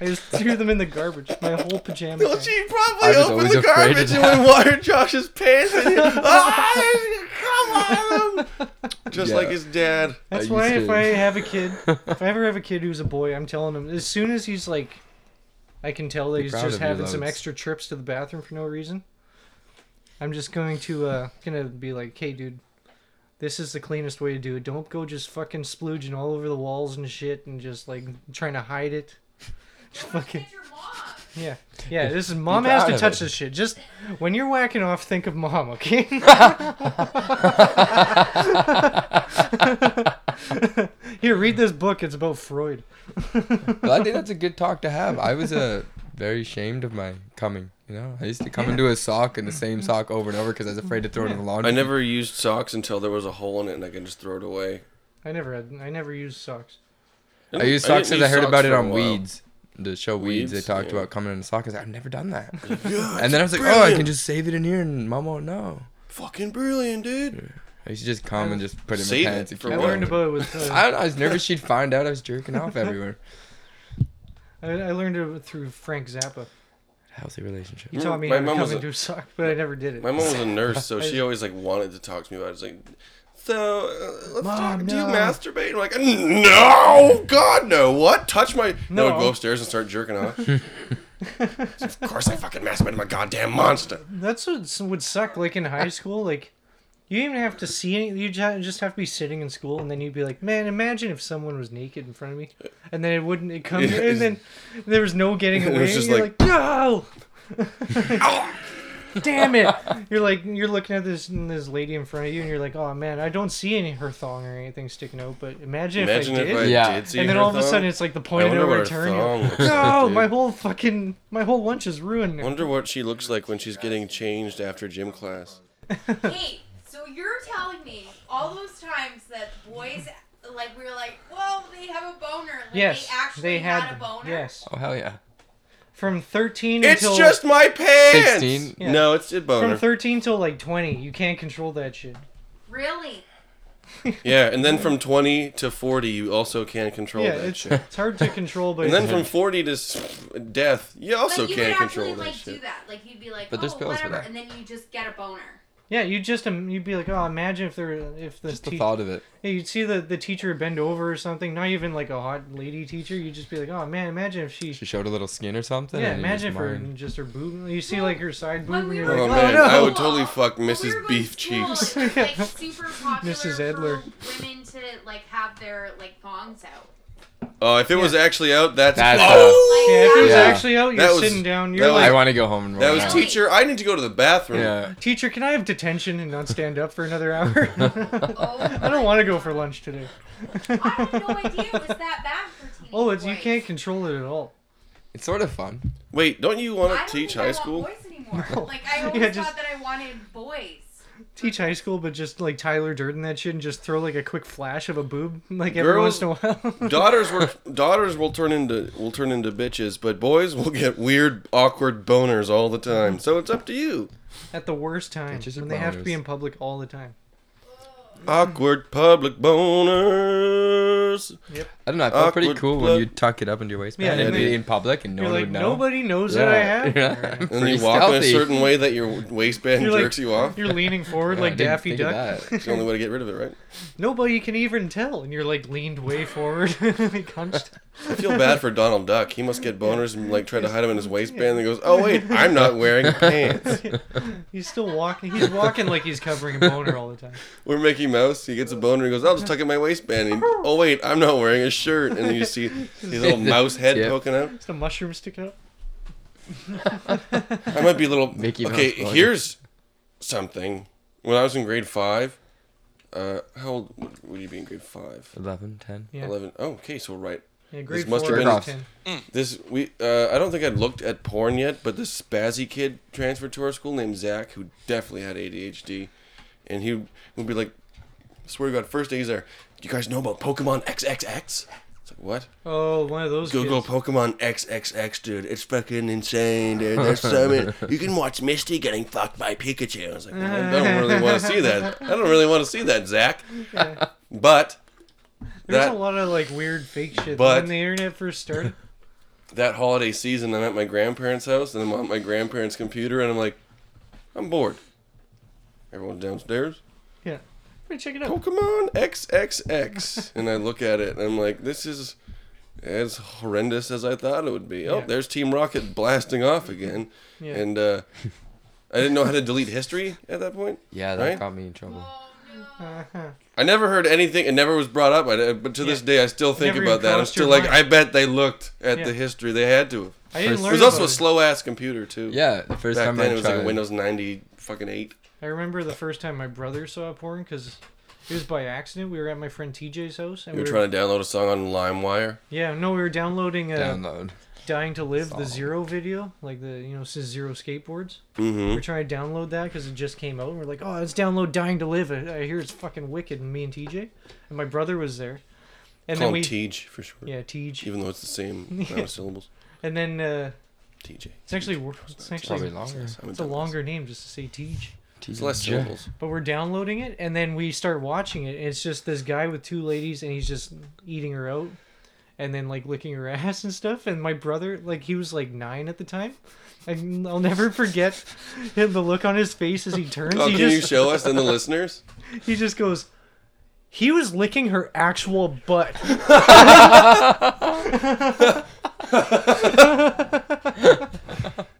Speaker 6: I just threw them in the garbage. My whole pajama.
Speaker 4: Well,
Speaker 6: pants.
Speaker 4: she
Speaker 7: I
Speaker 4: probably
Speaker 7: was
Speaker 4: opened
Speaker 7: always
Speaker 4: the
Speaker 7: afraid of
Speaker 4: garbage and
Speaker 7: that.
Speaker 4: went water Josh's pants. And ah, come on, just
Speaker 7: Yeah.
Speaker 4: like his dad.
Speaker 6: That's
Speaker 7: I
Speaker 6: why
Speaker 7: used
Speaker 6: if
Speaker 7: to-
Speaker 6: I have a kid, if I ever have a kid who's a boy, I'm telling him as soon as he's like, I can tell that he's
Speaker 7: proud
Speaker 6: just
Speaker 7: of you,
Speaker 6: having some
Speaker 7: Lois.
Speaker 6: extra trips to the bathroom for no reason. I'm just going to uh gonna be like, hey, dude. This is the cleanest way to do it. Don't go just fucking splooging all over the walls and shit and just like trying to hide it. Fucking
Speaker 10: It's your mom.
Speaker 6: Yeah, yeah. This is mom has
Speaker 7: proud
Speaker 6: to
Speaker 7: of
Speaker 6: touch
Speaker 7: it.
Speaker 6: this shit. Just when you're whacking off, think of mom, okay? Here, read this book. It's about Freud.
Speaker 7: Well, I think that's a good talk to have. I was uh, very ashamed of my coming. You know, I used to come into a sock and the
Speaker 6: Mm-hmm.
Speaker 7: same sock over and over because I was afraid to throw it in the laundry.
Speaker 4: I never used socks until there was a hole in it and I could just throw it away.
Speaker 6: I never had. I never used socks.
Speaker 7: I used socks
Speaker 4: didn't
Speaker 7: because I
Speaker 4: use
Speaker 7: heard
Speaker 4: socks
Speaker 7: about it
Speaker 4: for a
Speaker 7: on
Speaker 4: while.
Speaker 7: Weeds. The show Weeds,
Speaker 4: Weeds,
Speaker 7: they talked
Speaker 4: yeah.
Speaker 7: about coming in a sock. I was like, I've never done that. "Oh, and then I was like, oh, I can just save it in here and mom won't know.
Speaker 4: Fucking brilliant, dude.
Speaker 7: I used to just come and just put it in
Speaker 4: Save
Speaker 7: my pants.
Speaker 4: it
Speaker 7: and
Speaker 4: for
Speaker 7: keep
Speaker 4: I
Speaker 7: going.
Speaker 4: learned
Speaker 6: about it with, uh,
Speaker 7: I don't know. I was nervous she'd find out I was jerking off everywhere.
Speaker 6: I, I learned it through Frank Zappa.
Speaker 7: Healthy relationship.
Speaker 6: He taught me
Speaker 4: My
Speaker 6: how to
Speaker 4: mom
Speaker 6: come
Speaker 4: was a-
Speaker 6: into a sock, but I never did it.
Speaker 4: My mom was a nurse, so
Speaker 6: I-
Speaker 4: she always like wanted to talk to me about. it. It's like, so uh, let's talk. Do you
Speaker 6: no.
Speaker 4: masturbate? I'm like, no, God, no. What? Touch my? No,
Speaker 6: No.
Speaker 4: go upstairs and start jerking off. of course, I fucking masturbate. I'm a goddamn monster.
Speaker 6: That's what s- would suck. Like in high school, like you didn't even have to see any. You ju- just have to be sitting in school, and then you'd be like, "Man, imagine if someone was naked in front of me," and then it wouldn't. It comes,
Speaker 4: Yeah,
Speaker 6: and then there was no getting
Speaker 4: It was
Speaker 6: away.
Speaker 4: just
Speaker 6: You're
Speaker 4: like-
Speaker 6: like, "No."
Speaker 4: Ah!
Speaker 6: Damn it! You're like you're looking at this this lady in front of you, and you're like, "Oh man, I don't see any her thong or anything sticking out." But imagine,
Speaker 4: Imagine
Speaker 6: if I
Speaker 4: if
Speaker 6: did.
Speaker 4: I
Speaker 7: Yeah.
Speaker 4: did see
Speaker 6: and then
Speaker 4: her
Speaker 6: all of a
Speaker 4: thong.
Speaker 6: sudden, it's like the
Speaker 4: I
Speaker 6: point of no
Speaker 4: wonder what her
Speaker 6: return. You're like,
Speaker 4: thong looks like,
Speaker 6: No,
Speaker 4: dude."
Speaker 6: my whole fucking my whole lunch is ruined. now."
Speaker 4: Wonder what she looks like when she's getting changed after gym class.
Speaker 10: Hey, so you're telling me all those times that boys, like, we were like, whoa, they have a boner. Like,
Speaker 6: Yes,
Speaker 10: they actually
Speaker 6: they had,
Speaker 10: had a
Speaker 6: them.
Speaker 10: boner.
Speaker 6: Yes,
Speaker 7: Oh hell yeah.
Speaker 6: from thirteen
Speaker 4: It's
Speaker 6: until
Speaker 4: just my pants.
Speaker 7: 16?
Speaker 6: Yeah.
Speaker 4: No, it's a boner.
Speaker 6: from thirteen till like twenty. You can't control that shit.
Speaker 10: Really?
Speaker 4: yeah, and then from 20 to 40, you also can't control
Speaker 6: yeah,
Speaker 4: that
Speaker 6: it's
Speaker 4: shit.
Speaker 6: it's hard to control, but
Speaker 4: And then from 40 to s- death, you also
Speaker 10: like, you
Speaker 4: can't
Speaker 10: would actually,
Speaker 4: control that
Speaker 10: like, do
Speaker 4: shit.
Speaker 10: that. Like, you'd be like,
Speaker 7: But
Speaker 10: oh,
Speaker 7: there's pills for
Speaker 10: whatever.
Speaker 7: that.
Speaker 10: And then you just get a boner.
Speaker 6: yeah, you just um, you'd be like, oh, imagine if there if the,
Speaker 7: Just the
Speaker 6: tea-
Speaker 7: thought of it.
Speaker 6: yeah, you'd see the the teacher bend over or something. Not even like a hot lady teacher. You'd just be like, oh man, imagine if she.
Speaker 7: She showed a little skin or something.
Speaker 6: yeah,
Speaker 7: and you just
Speaker 6: imagine if her
Speaker 7: mind-
Speaker 6: just her boob. You see like her side boob,
Speaker 10: When
Speaker 6: and
Speaker 10: we
Speaker 6: you're
Speaker 10: were
Speaker 6: like,
Speaker 4: Oh,
Speaker 6: oh,
Speaker 10: going
Speaker 4: man,
Speaker 10: to
Speaker 6: no.
Speaker 4: I would
Speaker 10: school-
Speaker 4: totally fuck
Speaker 10: when we
Speaker 4: Mrs.
Speaker 10: were going
Speaker 4: Beef
Speaker 10: to school,
Speaker 4: Cheeks.
Speaker 10: It was, like, super popular
Speaker 6: Mrs.
Speaker 10: for
Speaker 6: Edler.
Speaker 10: women to, like, have their, like, thongs out.
Speaker 4: Oh, if it was actually out, that's,
Speaker 7: That's
Speaker 4: oh,
Speaker 10: Like,
Speaker 6: Yeah, if it was
Speaker 7: Yeah.
Speaker 6: actually out, you're
Speaker 4: That was-
Speaker 6: sitting down.
Speaker 4: that
Speaker 6: You're
Speaker 4: was-
Speaker 6: like,
Speaker 7: I want to go home and roll.
Speaker 4: that was
Speaker 7: out.
Speaker 10: teeth.
Speaker 4: teacher. I need to go to the bathroom.
Speaker 7: Yeah.
Speaker 6: teacher, can I have detention and not stand up for another hour?
Speaker 10: Oh
Speaker 6: I don't want to go for lunch today.
Speaker 10: I had no idea it was that bad for teenage
Speaker 6: Oh, it's you
Speaker 10: boys.
Speaker 6: can't control it at all.
Speaker 7: It's sort of fun.
Speaker 4: Wait, don't you
Speaker 10: I
Speaker 4: want
Speaker 10: don't
Speaker 4: to teach
Speaker 10: think I
Speaker 4: high
Speaker 10: want
Speaker 4: school?
Speaker 10: boys anymore. Like I always
Speaker 6: Yeah, just-
Speaker 10: thought that I wanted boys.
Speaker 6: Teach high school, but just like Tyler Durden that shit, and just throw like a quick flash of a boob like every
Speaker 4: Girls-
Speaker 6: once in a while.
Speaker 4: daughters were daughters will turn into will turn into bitches, but boys will get weird, awkward boners all the time. So it's up to you.
Speaker 6: at the worst time,
Speaker 7: Bitches are
Speaker 6: when they have to be
Speaker 7: boners.
Speaker 6: in public all the time.
Speaker 4: Awkward public boners.
Speaker 7: I don't know. I felt pretty
Speaker 4: Awkward
Speaker 7: cool
Speaker 4: blood.
Speaker 7: when you tuck it up into your waistband
Speaker 6: Yeah,
Speaker 7: and it'd
Speaker 6: and
Speaker 7: be
Speaker 6: then-
Speaker 7: in public and no
Speaker 6: You're
Speaker 7: one
Speaker 6: like
Speaker 7: would know.
Speaker 6: nobody knows
Speaker 7: yeah.
Speaker 6: that I have.
Speaker 7: Yeah.
Speaker 4: And
Speaker 7: Pretty
Speaker 4: you walk in a
Speaker 7: stealthy.
Speaker 4: certain way that your waistband
Speaker 6: You're like-
Speaker 4: jerks you off.
Speaker 6: You're leaning forward
Speaker 7: Yeah, I
Speaker 6: like
Speaker 7: didn't
Speaker 6: Daffy
Speaker 7: think of
Speaker 6: Duck.
Speaker 7: that.
Speaker 4: It's the only way to get rid of it, right?
Speaker 6: Nobody can even tell, and you're like leaned way forward, like hunched.
Speaker 4: I feel bad for Donald Duck. He must get boners and like try to hide them in his waistband. And goes, "Oh wait, I'm not wearing pants."
Speaker 6: He's still walking. He's walking like he's covering a boner all the time.
Speaker 4: Or Mickey Mouse, he gets a boner. He goes, "I'll just tuck it in my waistband." And, oh wait, I'm not wearing a shirt. And then you see his little mouse head
Speaker 7: Yeah.
Speaker 4: poking out.
Speaker 6: Just a mushroom sticking up.
Speaker 4: I might be a little
Speaker 7: Mickey Mouse
Speaker 4: okay.
Speaker 7: boner.
Speaker 4: Here's something. When I was in grade five, uh, how old would- would you be in grade five?
Speaker 7: 11, 10.
Speaker 6: Yeah.
Speaker 4: Eleven. Oh, okay, so right.
Speaker 6: Yeah, grade
Speaker 4: must have
Speaker 6: four,
Speaker 4: been-
Speaker 6: grade ten.
Speaker 4: This we uh, I don't think I'd looked at porn yet, but this spazzy kid transferred to our school named Zach, who definitely had ADHD, and he would be like, "Swear to God, first day he's there, do you guys know about Pokemon XXX?" It's like what?
Speaker 6: Oh, one of those.
Speaker 4: Google
Speaker 6: kids.
Speaker 4: Pokemon XXX, dude. It's fucking insane, dude. There's so many. You can watch Misty getting fucked by Pikachu. I was like, well, I don't really want to see that. I don't really want to see that, Zach. But
Speaker 6: There's
Speaker 4: that
Speaker 6: a lot of like weird fake shit
Speaker 4: But-
Speaker 6: when the internet first started.
Speaker 4: that holiday season, I'm at my grandparents' house and I'm on my grandparents' computer and I'm like, I'm bored. Everyone's downstairs.
Speaker 6: Yeah. Hey, check it out.
Speaker 4: Pokemon XXX, and I look at it and I'm like, this is as horrendous as I thought it would be. Oh,
Speaker 6: Yeah.
Speaker 4: there's Team Rocket blasting off again,
Speaker 6: Yeah.
Speaker 4: and uh, I didn't know how to delete history at that point.
Speaker 7: Yeah, that
Speaker 4: Right?
Speaker 7: got me in trouble.
Speaker 6: Uh-huh.
Speaker 4: I never heard anything; it never was brought up. I, uh, but to this
Speaker 6: Yeah.
Speaker 4: day, I still think
Speaker 6: Never
Speaker 4: about
Speaker 6: even
Speaker 4: that. I'm
Speaker 6: crossed
Speaker 4: still
Speaker 6: your
Speaker 4: like, I
Speaker 6: mind.
Speaker 4: bet they looked at
Speaker 6: Yeah.
Speaker 4: the history. They had to. have.
Speaker 6: I didn't
Speaker 7: First-
Speaker 4: It
Speaker 6: learn
Speaker 4: was also
Speaker 6: about
Speaker 4: a
Speaker 6: it.
Speaker 4: slow ass computer too.
Speaker 7: Yeah, the first
Speaker 4: back
Speaker 7: time
Speaker 4: then it
Speaker 7: I
Speaker 4: was
Speaker 7: tried.
Speaker 4: like a Windows ninety fucking eight.
Speaker 6: I remember the first time my brother saw porn because it was by accident. We were at my friend TJ's house and
Speaker 4: You
Speaker 6: we
Speaker 4: were
Speaker 6: were,
Speaker 4: trying to download a song on LimeWire.
Speaker 6: yeah, no, we were downloading uh,
Speaker 7: Download.
Speaker 6: "Dying to Live" the
Speaker 7: Song.
Speaker 6: Zero video, like the you know since Zero skateboards.
Speaker 4: Mm-hmm.
Speaker 6: We're trying to download that because it just came out. and We're like, oh, let's download "Dying to Live." I, I hear it's fucking wicked. And me and TJ and my brother was there, and
Speaker 4: Call
Speaker 6: then
Speaker 4: him
Speaker 6: we
Speaker 4: Tej for sure.
Speaker 6: yeah TJ,
Speaker 4: Even though it's the same amount of syllables.
Speaker 6: and then uh,
Speaker 4: TJ.
Speaker 6: it's actually wor- it's actually
Speaker 7: Probably longer.
Speaker 6: it's a longer name just to say TJ.
Speaker 4: It's less
Speaker 6: Yeah.
Speaker 4: syllables.
Speaker 6: But we're downloading it and then we start watching it. And it's just this guy with two ladies and he's just eating her out and then like licking her ass and stuff. And my brother, like he was like nine at the time. I, I'll never forget him, the look on his face as he turns.
Speaker 4: Oh,
Speaker 6: he
Speaker 4: can you show us and the listeners?
Speaker 6: He just goes, he was licking her actual butt.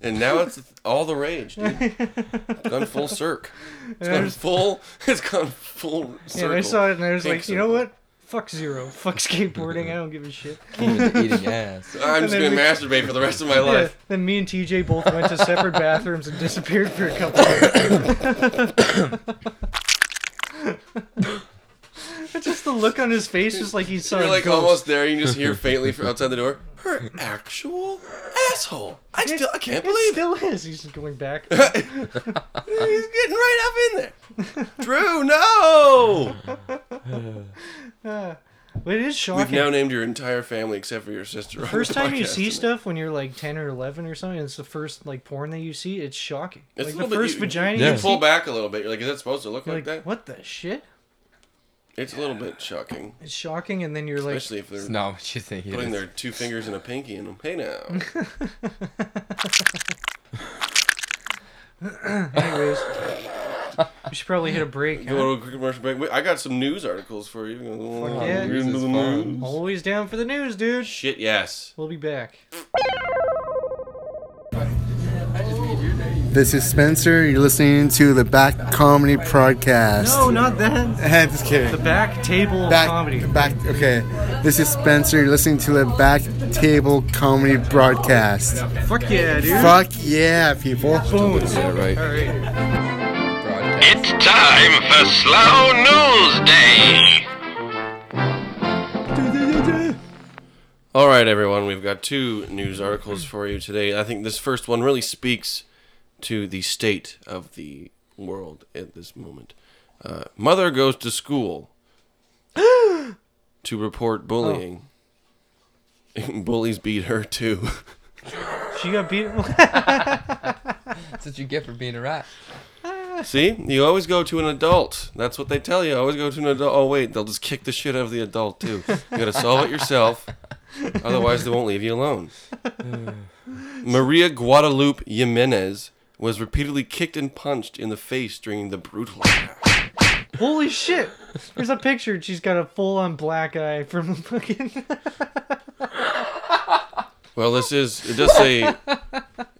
Speaker 4: And now it's all the rage, dude. Gone full circ. It's
Speaker 6: And I
Speaker 4: gone
Speaker 6: was-
Speaker 4: full. It's gone full
Speaker 6: Yeah,
Speaker 4: circle.
Speaker 6: and I saw it and I was
Speaker 4: Pink
Speaker 6: like, you know what? Fuck zero. Fuck skateboarding. I don't give a shit.
Speaker 4: I'm
Speaker 6: And
Speaker 4: just
Speaker 6: then
Speaker 4: gonna
Speaker 6: we-
Speaker 4: masturbate for the rest of my
Speaker 6: Yeah,
Speaker 4: life.
Speaker 6: then me and TJ both went to separate bathrooms and disappeared for a couple of Just the look on his face, just like he saw.
Speaker 4: You're
Speaker 6: a
Speaker 4: like
Speaker 6: ghost.
Speaker 4: almost there. You can just hear faintly from outside the door. Her actual asshole. I still. I can't believe
Speaker 6: it. Still is. He's just going back.
Speaker 4: He's getting right up in there. Drew,
Speaker 6: Oh,
Speaker 4: no.
Speaker 6: Uh, but it is
Speaker 4: We've
Speaker 6: shocking.
Speaker 4: now named your entire family except for your sister. on
Speaker 6: the
Speaker 4: the
Speaker 6: first time you
Speaker 4: podcast.
Speaker 6: see stuff when you're like ten or eleven or something, it's the first like porn that you see. It's shocking.
Speaker 4: It's a
Speaker 6: like the
Speaker 4: little bit-
Speaker 6: first
Speaker 4: you-
Speaker 6: vagina
Speaker 4: You
Speaker 6: you
Speaker 4: pull
Speaker 6: see,
Speaker 4: back a little bit. You're like, is that supposed to look
Speaker 6: you're
Speaker 4: like, that?
Speaker 6: what the shit?
Speaker 4: It's a little bit shocking,
Speaker 6: It's shocking, and then you're like,
Speaker 4: especially if they're
Speaker 7: not what you think it
Speaker 4: putting
Speaker 7: is.
Speaker 4: their two fingers and a pinky in them. Hey now.
Speaker 6: anyways, we should probably hit a break.
Speaker 4: Go to a quick commercial break. Wait, I got some news articles for you.
Speaker 6: Fuck yeah.
Speaker 4: You're into the news.
Speaker 6: Always down for the news, dude.
Speaker 4: Shit, yes.
Speaker 6: We'll be back.
Speaker 11: This is Spencer. You're listening to the Back Comedy Podcast.
Speaker 6: No, not that.
Speaker 11: I'm just kidding.
Speaker 6: The back table
Speaker 11: back,
Speaker 6: comedy.
Speaker 11: Back. Okay. This is Spencer. You're listening to the Back Table Comedy Broadcast.
Speaker 6: Fuck yeah, dude.
Speaker 11: Fuck yeah, people.
Speaker 6: Boom.
Speaker 7: right.
Speaker 6: All right.
Speaker 12: It's time for Slow News Day.
Speaker 4: All right, everyone. We've got two news articles for you today. I think this first one really speaks to the state of the world at this moment. Uh, mother goes to school to report bullying. Bullies beat her too.
Speaker 6: She got beat.
Speaker 7: That's what you get for being a rat.
Speaker 4: See, you always go to an adult. That's what they tell you. Always go to an adult. Oh wait, they'll just kick the shit out of the adult too. You gotta solve it yourself, otherwise they won't leave you alone. Maria Guadalupe Jimenez was repeatedly kicked and punched in the face during the brutal.
Speaker 6: Holy shit! There's a picture. and She's got a full-on black eye from the fucking.
Speaker 4: Well, this is it does say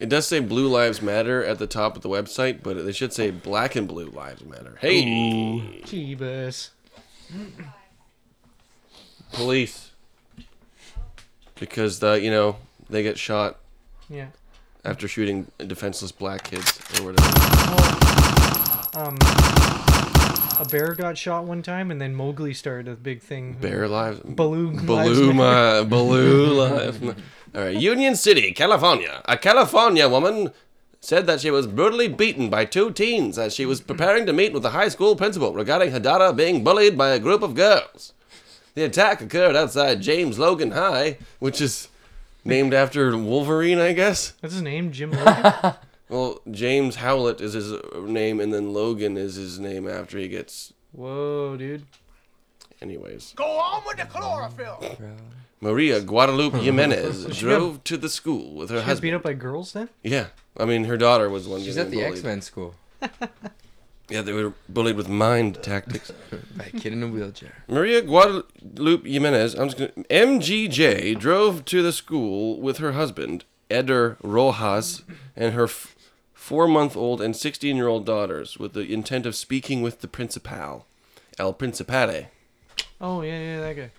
Speaker 4: it does say Blue Lives Matter at the top of the website, but they should say Black and Blue Lives Matter. Hey,
Speaker 6: Jeebus.
Speaker 4: police, because the you know they get shot
Speaker 6: Yeah.
Speaker 4: after shooting defenseless black kids or whatever.
Speaker 6: Um. A bear got shot one time, and then Mowgli started a big thing.
Speaker 4: Bear lives.
Speaker 6: Baloo.
Speaker 4: Baloo,
Speaker 6: lives
Speaker 4: my
Speaker 6: matter.
Speaker 4: Baloo lives. ma- All right, Union City, California. A California woman said that she was brutally beaten by two teens as she was preparing to meet with the high school principal regarding her daughter being bullied by a group of girls. The attack occurred outside James Logan High, which is named after Wolverine, I guess.
Speaker 6: That's his name, Jim. Logan?
Speaker 4: Well, James Howlett is his uh, name, and then Logan is his name after he gets.
Speaker 6: Whoa, dude.
Speaker 4: Anyways.
Speaker 13: Go on with the chlorophyll.
Speaker 4: Maria Guadalupe Jimenez
Speaker 6: So she got-
Speaker 4: drove to the school with her
Speaker 6: She was
Speaker 4: husband.
Speaker 6: beat up by girls then.
Speaker 4: Yeah, I mean, her daughter was the one.
Speaker 7: She's
Speaker 4: getting
Speaker 7: at the
Speaker 4: bullied.
Speaker 7: X-Men school.
Speaker 4: Yeah, they were bullied with mind tactics.
Speaker 7: By a kid in a wheelchair.
Speaker 4: Maria Guadalupe Jimenez, I'm just gonna, MGJ, drove to the school with her husband, Eder Rojas, and her f- four month old and 16 year old daughters with the intent of speaking with the principal, El Principale.
Speaker 6: Oh yeah, yeah, that guy.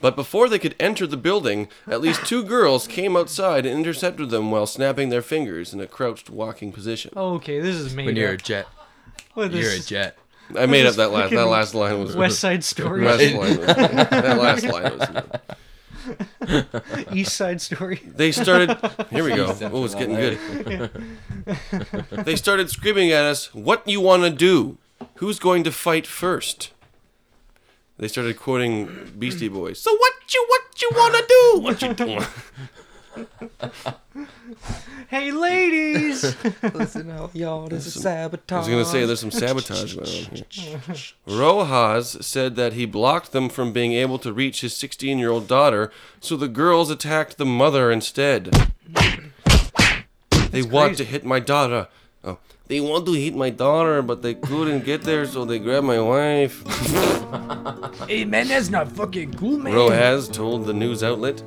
Speaker 4: But before they could enter the building, at least two girls came outside and intercepted them while snapping their fingers in a crouched walking position.
Speaker 6: Okay, this is made
Speaker 7: When you're a
Speaker 6: up.
Speaker 7: jet.
Speaker 6: What, this
Speaker 7: You're a
Speaker 6: is-
Speaker 7: jet.
Speaker 4: I made
Speaker 6: this
Speaker 4: up that last. That
Speaker 6: fucking
Speaker 4: last line was
Speaker 6: West Side Story.
Speaker 4: Last
Speaker 6: shit.
Speaker 4: line was, that last line was.
Speaker 6: East Side Story.
Speaker 4: They started. Here we go.
Speaker 6: East Side
Speaker 4: Oh, it's getting
Speaker 6: Story.
Speaker 4: good. they started screaming at us, "What you want to do? Who's going to fight first? They started quoting Beastie Boys. So what you what you wanna do? What you doing?
Speaker 6: hey, ladies!
Speaker 7: Listen out, y'all. There's a
Speaker 4: Some-
Speaker 7: sabotage.
Speaker 4: I was gonna say there's some sabotage going on here. Rojas said that he blocked them from being able to reach his 16 year old daughter, so the girls attacked the mother instead. they want to hit my daughter. Oh, they want to hit my daughter, but they couldn't get there, so they grabbed my wife.
Speaker 1: Hey man, that's not fucking cool, man.
Speaker 4: Rojas told the news outlet.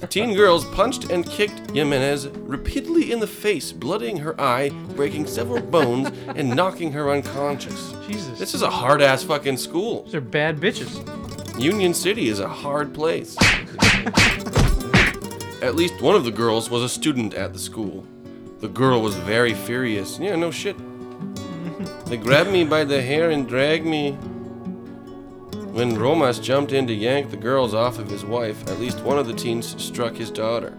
Speaker 4: The teen girls punched and kicked Jimenez repeatedly in the face, bloodying her eye, breaking several bones, and knocking her unconscious.
Speaker 6: Jesus.
Speaker 4: This is a hard ass fucking school.
Speaker 6: These are bad bitches.
Speaker 4: Union City is a hard place. at least one of the girls was a student at the school. The girl was very furious. Yeah, no shit. They grabbed me by the hair and dragged me. When Romas jumped in to yank the girls off of his wife, at least one of the teens struck his daughter.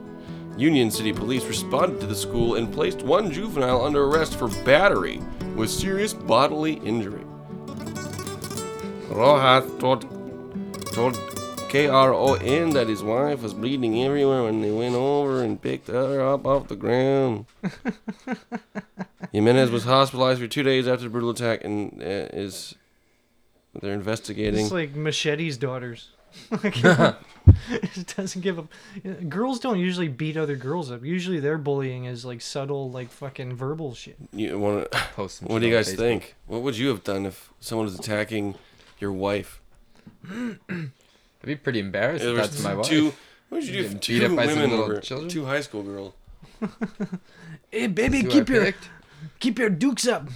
Speaker 4: Union City police responded to the school and placed one juvenile under arrest for battery with serious bodily injury. Rojas told, told KRON that his wife was bleeding everywhere when they went over and picked her up off the ground. Jimenez was hospitalized for two days after the brutal attack and uh, is. They're investigating.
Speaker 6: It's like Machete's daughters. Like, it doesn't give a. Girls don't usually beat other girls up. Usually their bullying is like subtle, like fucking verbal shit.
Speaker 4: You want to
Speaker 7: post?
Speaker 4: What do you
Speaker 7: shit on
Speaker 4: guys
Speaker 7: Facebook.
Speaker 4: think? What would you have done if someone was attacking your wife?
Speaker 7: I'd be pretty embarrassed if
Speaker 4: There was
Speaker 7: that's my wife.
Speaker 4: Two, what would you do
Speaker 7: Getting
Speaker 4: if
Speaker 7: beat
Speaker 4: two
Speaker 7: up by some
Speaker 4: women
Speaker 7: little
Speaker 4: were
Speaker 7: children?
Speaker 4: two high school girls?
Speaker 1: Hey baby,
Speaker 7: Who I
Speaker 1: keep your
Speaker 7: picked?
Speaker 1: keep your dukes up.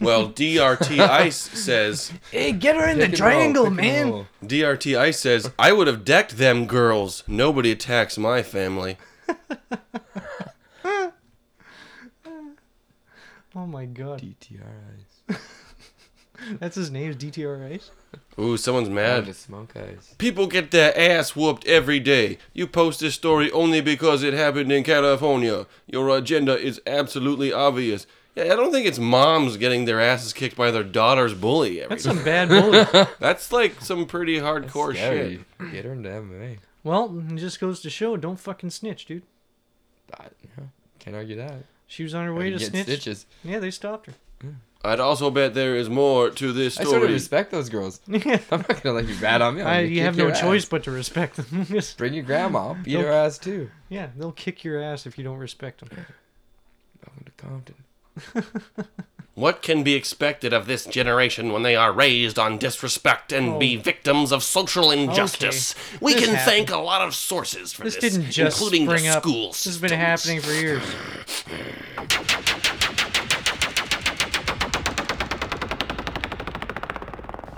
Speaker 4: Well, DRT Ice says
Speaker 1: Hey, get her in
Speaker 7: Pick
Speaker 1: the
Speaker 7: and roll,
Speaker 1: triangle,
Speaker 7: pick and
Speaker 1: man.
Speaker 7: roll.
Speaker 4: DRT Ice says I would have decked them girls. Nobody attacks my family.
Speaker 6: Oh my god.
Speaker 7: DTRIs.
Speaker 6: That's his name, is DTR Ice?
Speaker 4: Ooh, someone's
Speaker 7: Time
Speaker 4: mad.
Speaker 7: to smoke eyes.
Speaker 4: People get their ass whooped every day. You post this story only because it happened in California. Your agenda is absolutely obvious. Yeah, I don't think it's moms getting their asses kicked by their daughter's bully every
Speaker 6: That's
Speaker 4: day.
Speaker 6: some bad bullying.
Speaker 4: That's like some pretty hardcore shit.
Speaker 7: Scary. Get her into MMA.
Speaker 6: well, it just goes to show don't fucking snitch, dude.
Speaker 7: I, yeah, can't argue that.
Speaker 6: She was on her
Speaker 7: Or
Speaker 6: way
Speaker 7: you
Speaker 6: to
Speaker 7: get
Speaker 6: snitch.
Speaker 7: stitches.
Speaker 6: Yeah, they stopped her.
Speaker 4: I'd also bet there is more to this
Speaker 7: I sort of
Speaker 4: story.
Speaker 7: respect those girls.
Speaker 6: Yeah.
Speaker 7: I'm not gonna let you rat on me. I'm
Speaker 6: I,
Speaker 7: gonna
Speaker 6: you
Speaker 7: kick
Speaker 6: have no
Speaker 7: your
Speaker 6: choice
Speaker 7: ass.
Speaker 6: but to respect them. Yes.
Speaker 7: Bring your grandma. I'll beat
Speaker 6: Nope.
Speaker 7: her ass too.
Speaker 6: yeah, they'll kick your ass if you don't respect them.
Speaker 7: Welcome to Compton.
Speaker 4: What can be expected of this generation when they are raised on disrespect and be victims of social injustice? We
Speaker 6: Oh. This
Speaker 4: can
Speaker 6: happened.
Speaker 4: thank a lot of sources for
Speaker 6: This
Speaker 4: this,
Speaker 6: didn't just
Speaker 4: including
Speaker 6: spring
Speaker 4: the
Speaker 6: up.
Speaker 4: school
Speaker 6: This has been happening for years.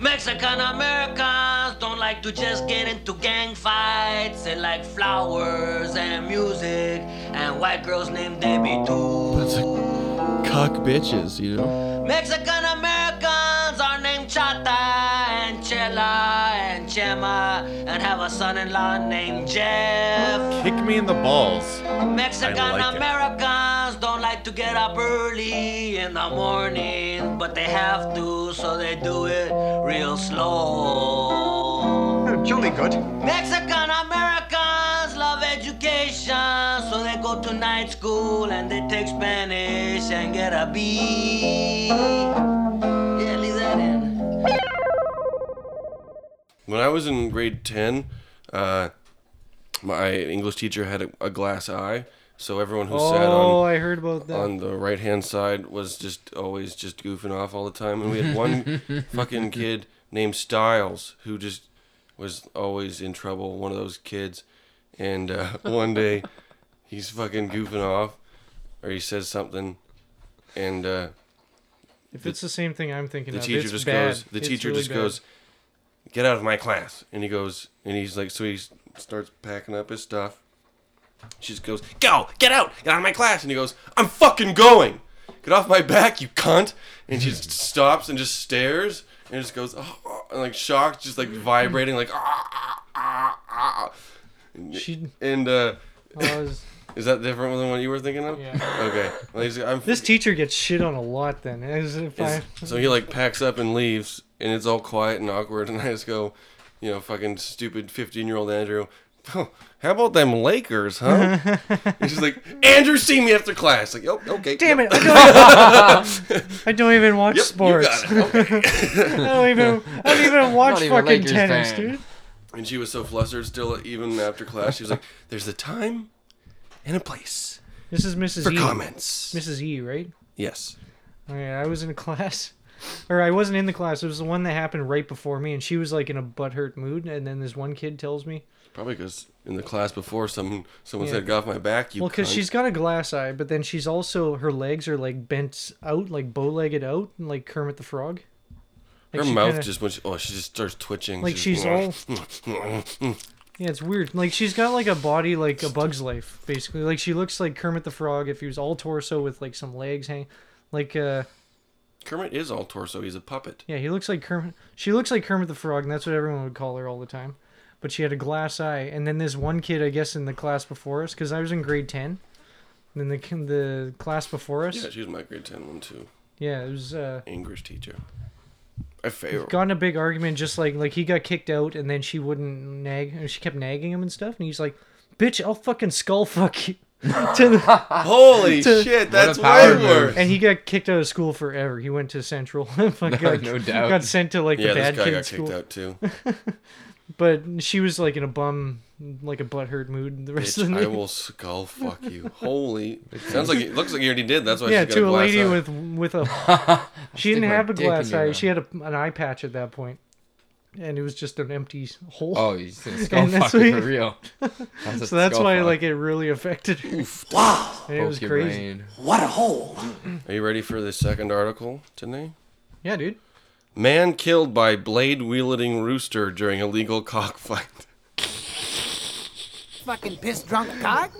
Speaker 14: Mexican Americans don't like to just get into gang fights. They like flowers and music and white girls named Debbie too.
Speaker 4: Cock bitches, you know.
Speaker 14: Mexican Americans are named Chata and Chela and Chema and have a son-in-law named Jeff.
Speaker 15: Kick me in the balls.
Speaker 14: Mexican
Speaker 15: like it.
Speaker 14: Americans don't like to get up early in the morning, but they have to, so they do it real slow.
Speaker 8: Jolly good.
Speaker 14: Mexican Americans love education, so they go to night school and they take Spanish and get a B. Yeah, leave that in.
Speaker 4: When I was in grade 10, uh, my English teacher had a, a glass eye, so everyone who sat
Speaker 6: Oh,
Speaker 4: on
Speaker 6: I heard about that.
Speaker 4: on the right hand side was just always just goofing off all the time. And we had one fucking kid named Styles who just was always in trouble, one of those kids. And uh, one day he's fucking goofing off, or he says something, and uh,
Speaker 6: If it's the same thing I'm thinking
Speaker 4: the
Speaker 6: of,
Speaker 4: teacher
Speaker 6: it's
Speaker 4: just
Speaker 6: bad.
Speaker 4: goes. The
Speaker 6: It's
Speaker 4: teacher
Speaker 6: really
Speaker 4: just
Speaker 6: bad.
Speaker 4: goes. Get out of my class! And he goes, and he's like, so he s- starts packing up his stuff. She just goes, go, get out, get out of my class! And he goes, I'm fucking going. Get off my back, you cunt! And she just stops and just stares and just goes, oh, oh," and like shocked, just like vibrating, like ah ah ah ah. And-
Speaker 6: She-
Speaker 4: and uh,
Speaker 6: I was-
Speaker 4: is that different than what you were thinking of?
Speaker 6: Yeah.
Speaker 4: Okay. Well, he's, I'm
Speaker 6: This teacher gets shit on a lot. Then as if I,
Speaker 4: is- so he like packs up and leaves, and it's all quiet and awkward, and I just go, you know, fucking stupid fifteen-year-old Andrew, Oh, how about them Lakers, huh? He's just like, Andrew, see me after class. Like, oh, okay.
Speaker 6: Damn it! I don't even, I don't even watch
Speaker 4: Yep, you
Speaker 6: sports.
Speaker 4: got it. Okay.
Speaker 6: I don't even. I don't even watch
Speaker 4: Not even
Speaker 6: fucking
Speaker 4: Lakers
Speaker 6: tennis,
Speaker 4: fan.
Speaker 6: dude.
Speaker 4: And she was so flustered still, even after class. She was like, there's a time and a place.
Speaker 6: This is Mrs.
Speaker 4: For
Speaker 6: E.
Speaker 4: comments.
Speaker 6: Mrs. E, right?
Speaker 4: Yes.
Speaker 6: Oh, yeah, I was in a class, or I wasn't in the class. It was the one that happened right before me, and she was like in a butthurt mood. And then this one kid tells me,
Speaker 4: Probably because in the class before, someone, someone
Speaker 6: Yeah.
Speaker 4: said, get off my back, you
Speaker 6: "Well, because
Speaker 4: cunt."
Speaker 6: she's got a glass eye, but then she's also her legs are like bent out, like bow-legged out, and like Kermit the Frog." Like,
Speaker 4: Her
Speaker 6: she
Speaker 4: mouth
Speaker 6: kinda-
Speaker 4: just went, oh, she just starts twitching.
Speaker 6: Like, she's
Speaker 4: all.
Speaker 6: Yeah, it's weird. Like she's got like a body like a Bug's Life, basically. Like she looks like Kermit the Frog if he was all torso with like some legs hang, like uh
Speaker 4: Kermit is all torso. He's a puppet.
Speaker 6: yeah, he looks like Kermit. She looks like Kermit the Frog, and that's what everyone would call her all the time. But she had a glass eye, and then this one kid, I guess, in the class before us, because I was in grade ten, and then the ki- the class before us,
Speaker 4: Yeah, she was my grade 10 one, too.
Speaker 6: yeah, it was uh
Speaker 4: English teacher. I failed.
Speaker 6: got in a big argument just like like he got kicked out and then she wouldn't nag and she kept nagging him and stuff and he's like bitch i'll fucking skull fuck you to the,
Speaker 4: Holy shit, What a that's power way move. worse.
Speaker 6: and he got kicked out of school forever he went to central and fucking
Speaker 4: No-
Speaker 6: got,
Speaker 4: no doubt.
Speaker 6: got sent to like
Speaker 4: Yeah,
Speaker 6: the
Speaker 4: this
Speaker 6: bad
Speaker 4: guy
Speaker 6: kid
Speaker 4: got
Speaker 6: school.
Speaker 4: kicked out, too.
Speaker 6: but she was like in a bum like a butthurt mood the rest
Speaker 4: Bitch,
Speaker 6: of the
Speaker 4: I
Speaker 6: night
Speaker 4: will skull fuck you. Holy. Sounds like it looks like you already did. That's why
Speaker 6: yeah,
Speaker 4: she's got
Speaker 6: to
Speaker 4: a
Speaker 6: a
Speaker 4: glass
Speaker 6: lady
Speaker 4: eye.
Speaker 6: with with a. she
Speaker 4: Stick
Speaker 6: didn't
Speaker 4: my
Speaker 6: have a
Speaker 4: dick in
Speaker 6: glass
Speaker 4: your
Speaker 6: eye.
Speaker 4: mouth.
Speaker 6: She had a, an eye patch at that point, and it was just an empty hole.
Speaker 7: Oh, you just didn't skull
Speaker 6: And that's
Speaker 7: fuck you
Speaker 6: why-
Speaker 7: for real. That's a
Speaker 6: so that's
Speaker 7: skull
Speaker 6: why
Speaker 7: fuck.
Speaker 6: like it really affected her.
Speaker 4: Wow.
Speaker 6: And it was
Speaker 7: Poke your
Speaker 6: crazy.
Speaker 7: brain.
Speaker 4: What a hole. Are you ready for the second article today?
Speaker 6: Yeah, dude.
Speaker 4: Man killed by blade wielding rooster during illegal cockfight.
Speaker 15: Fucking piss drunk cock?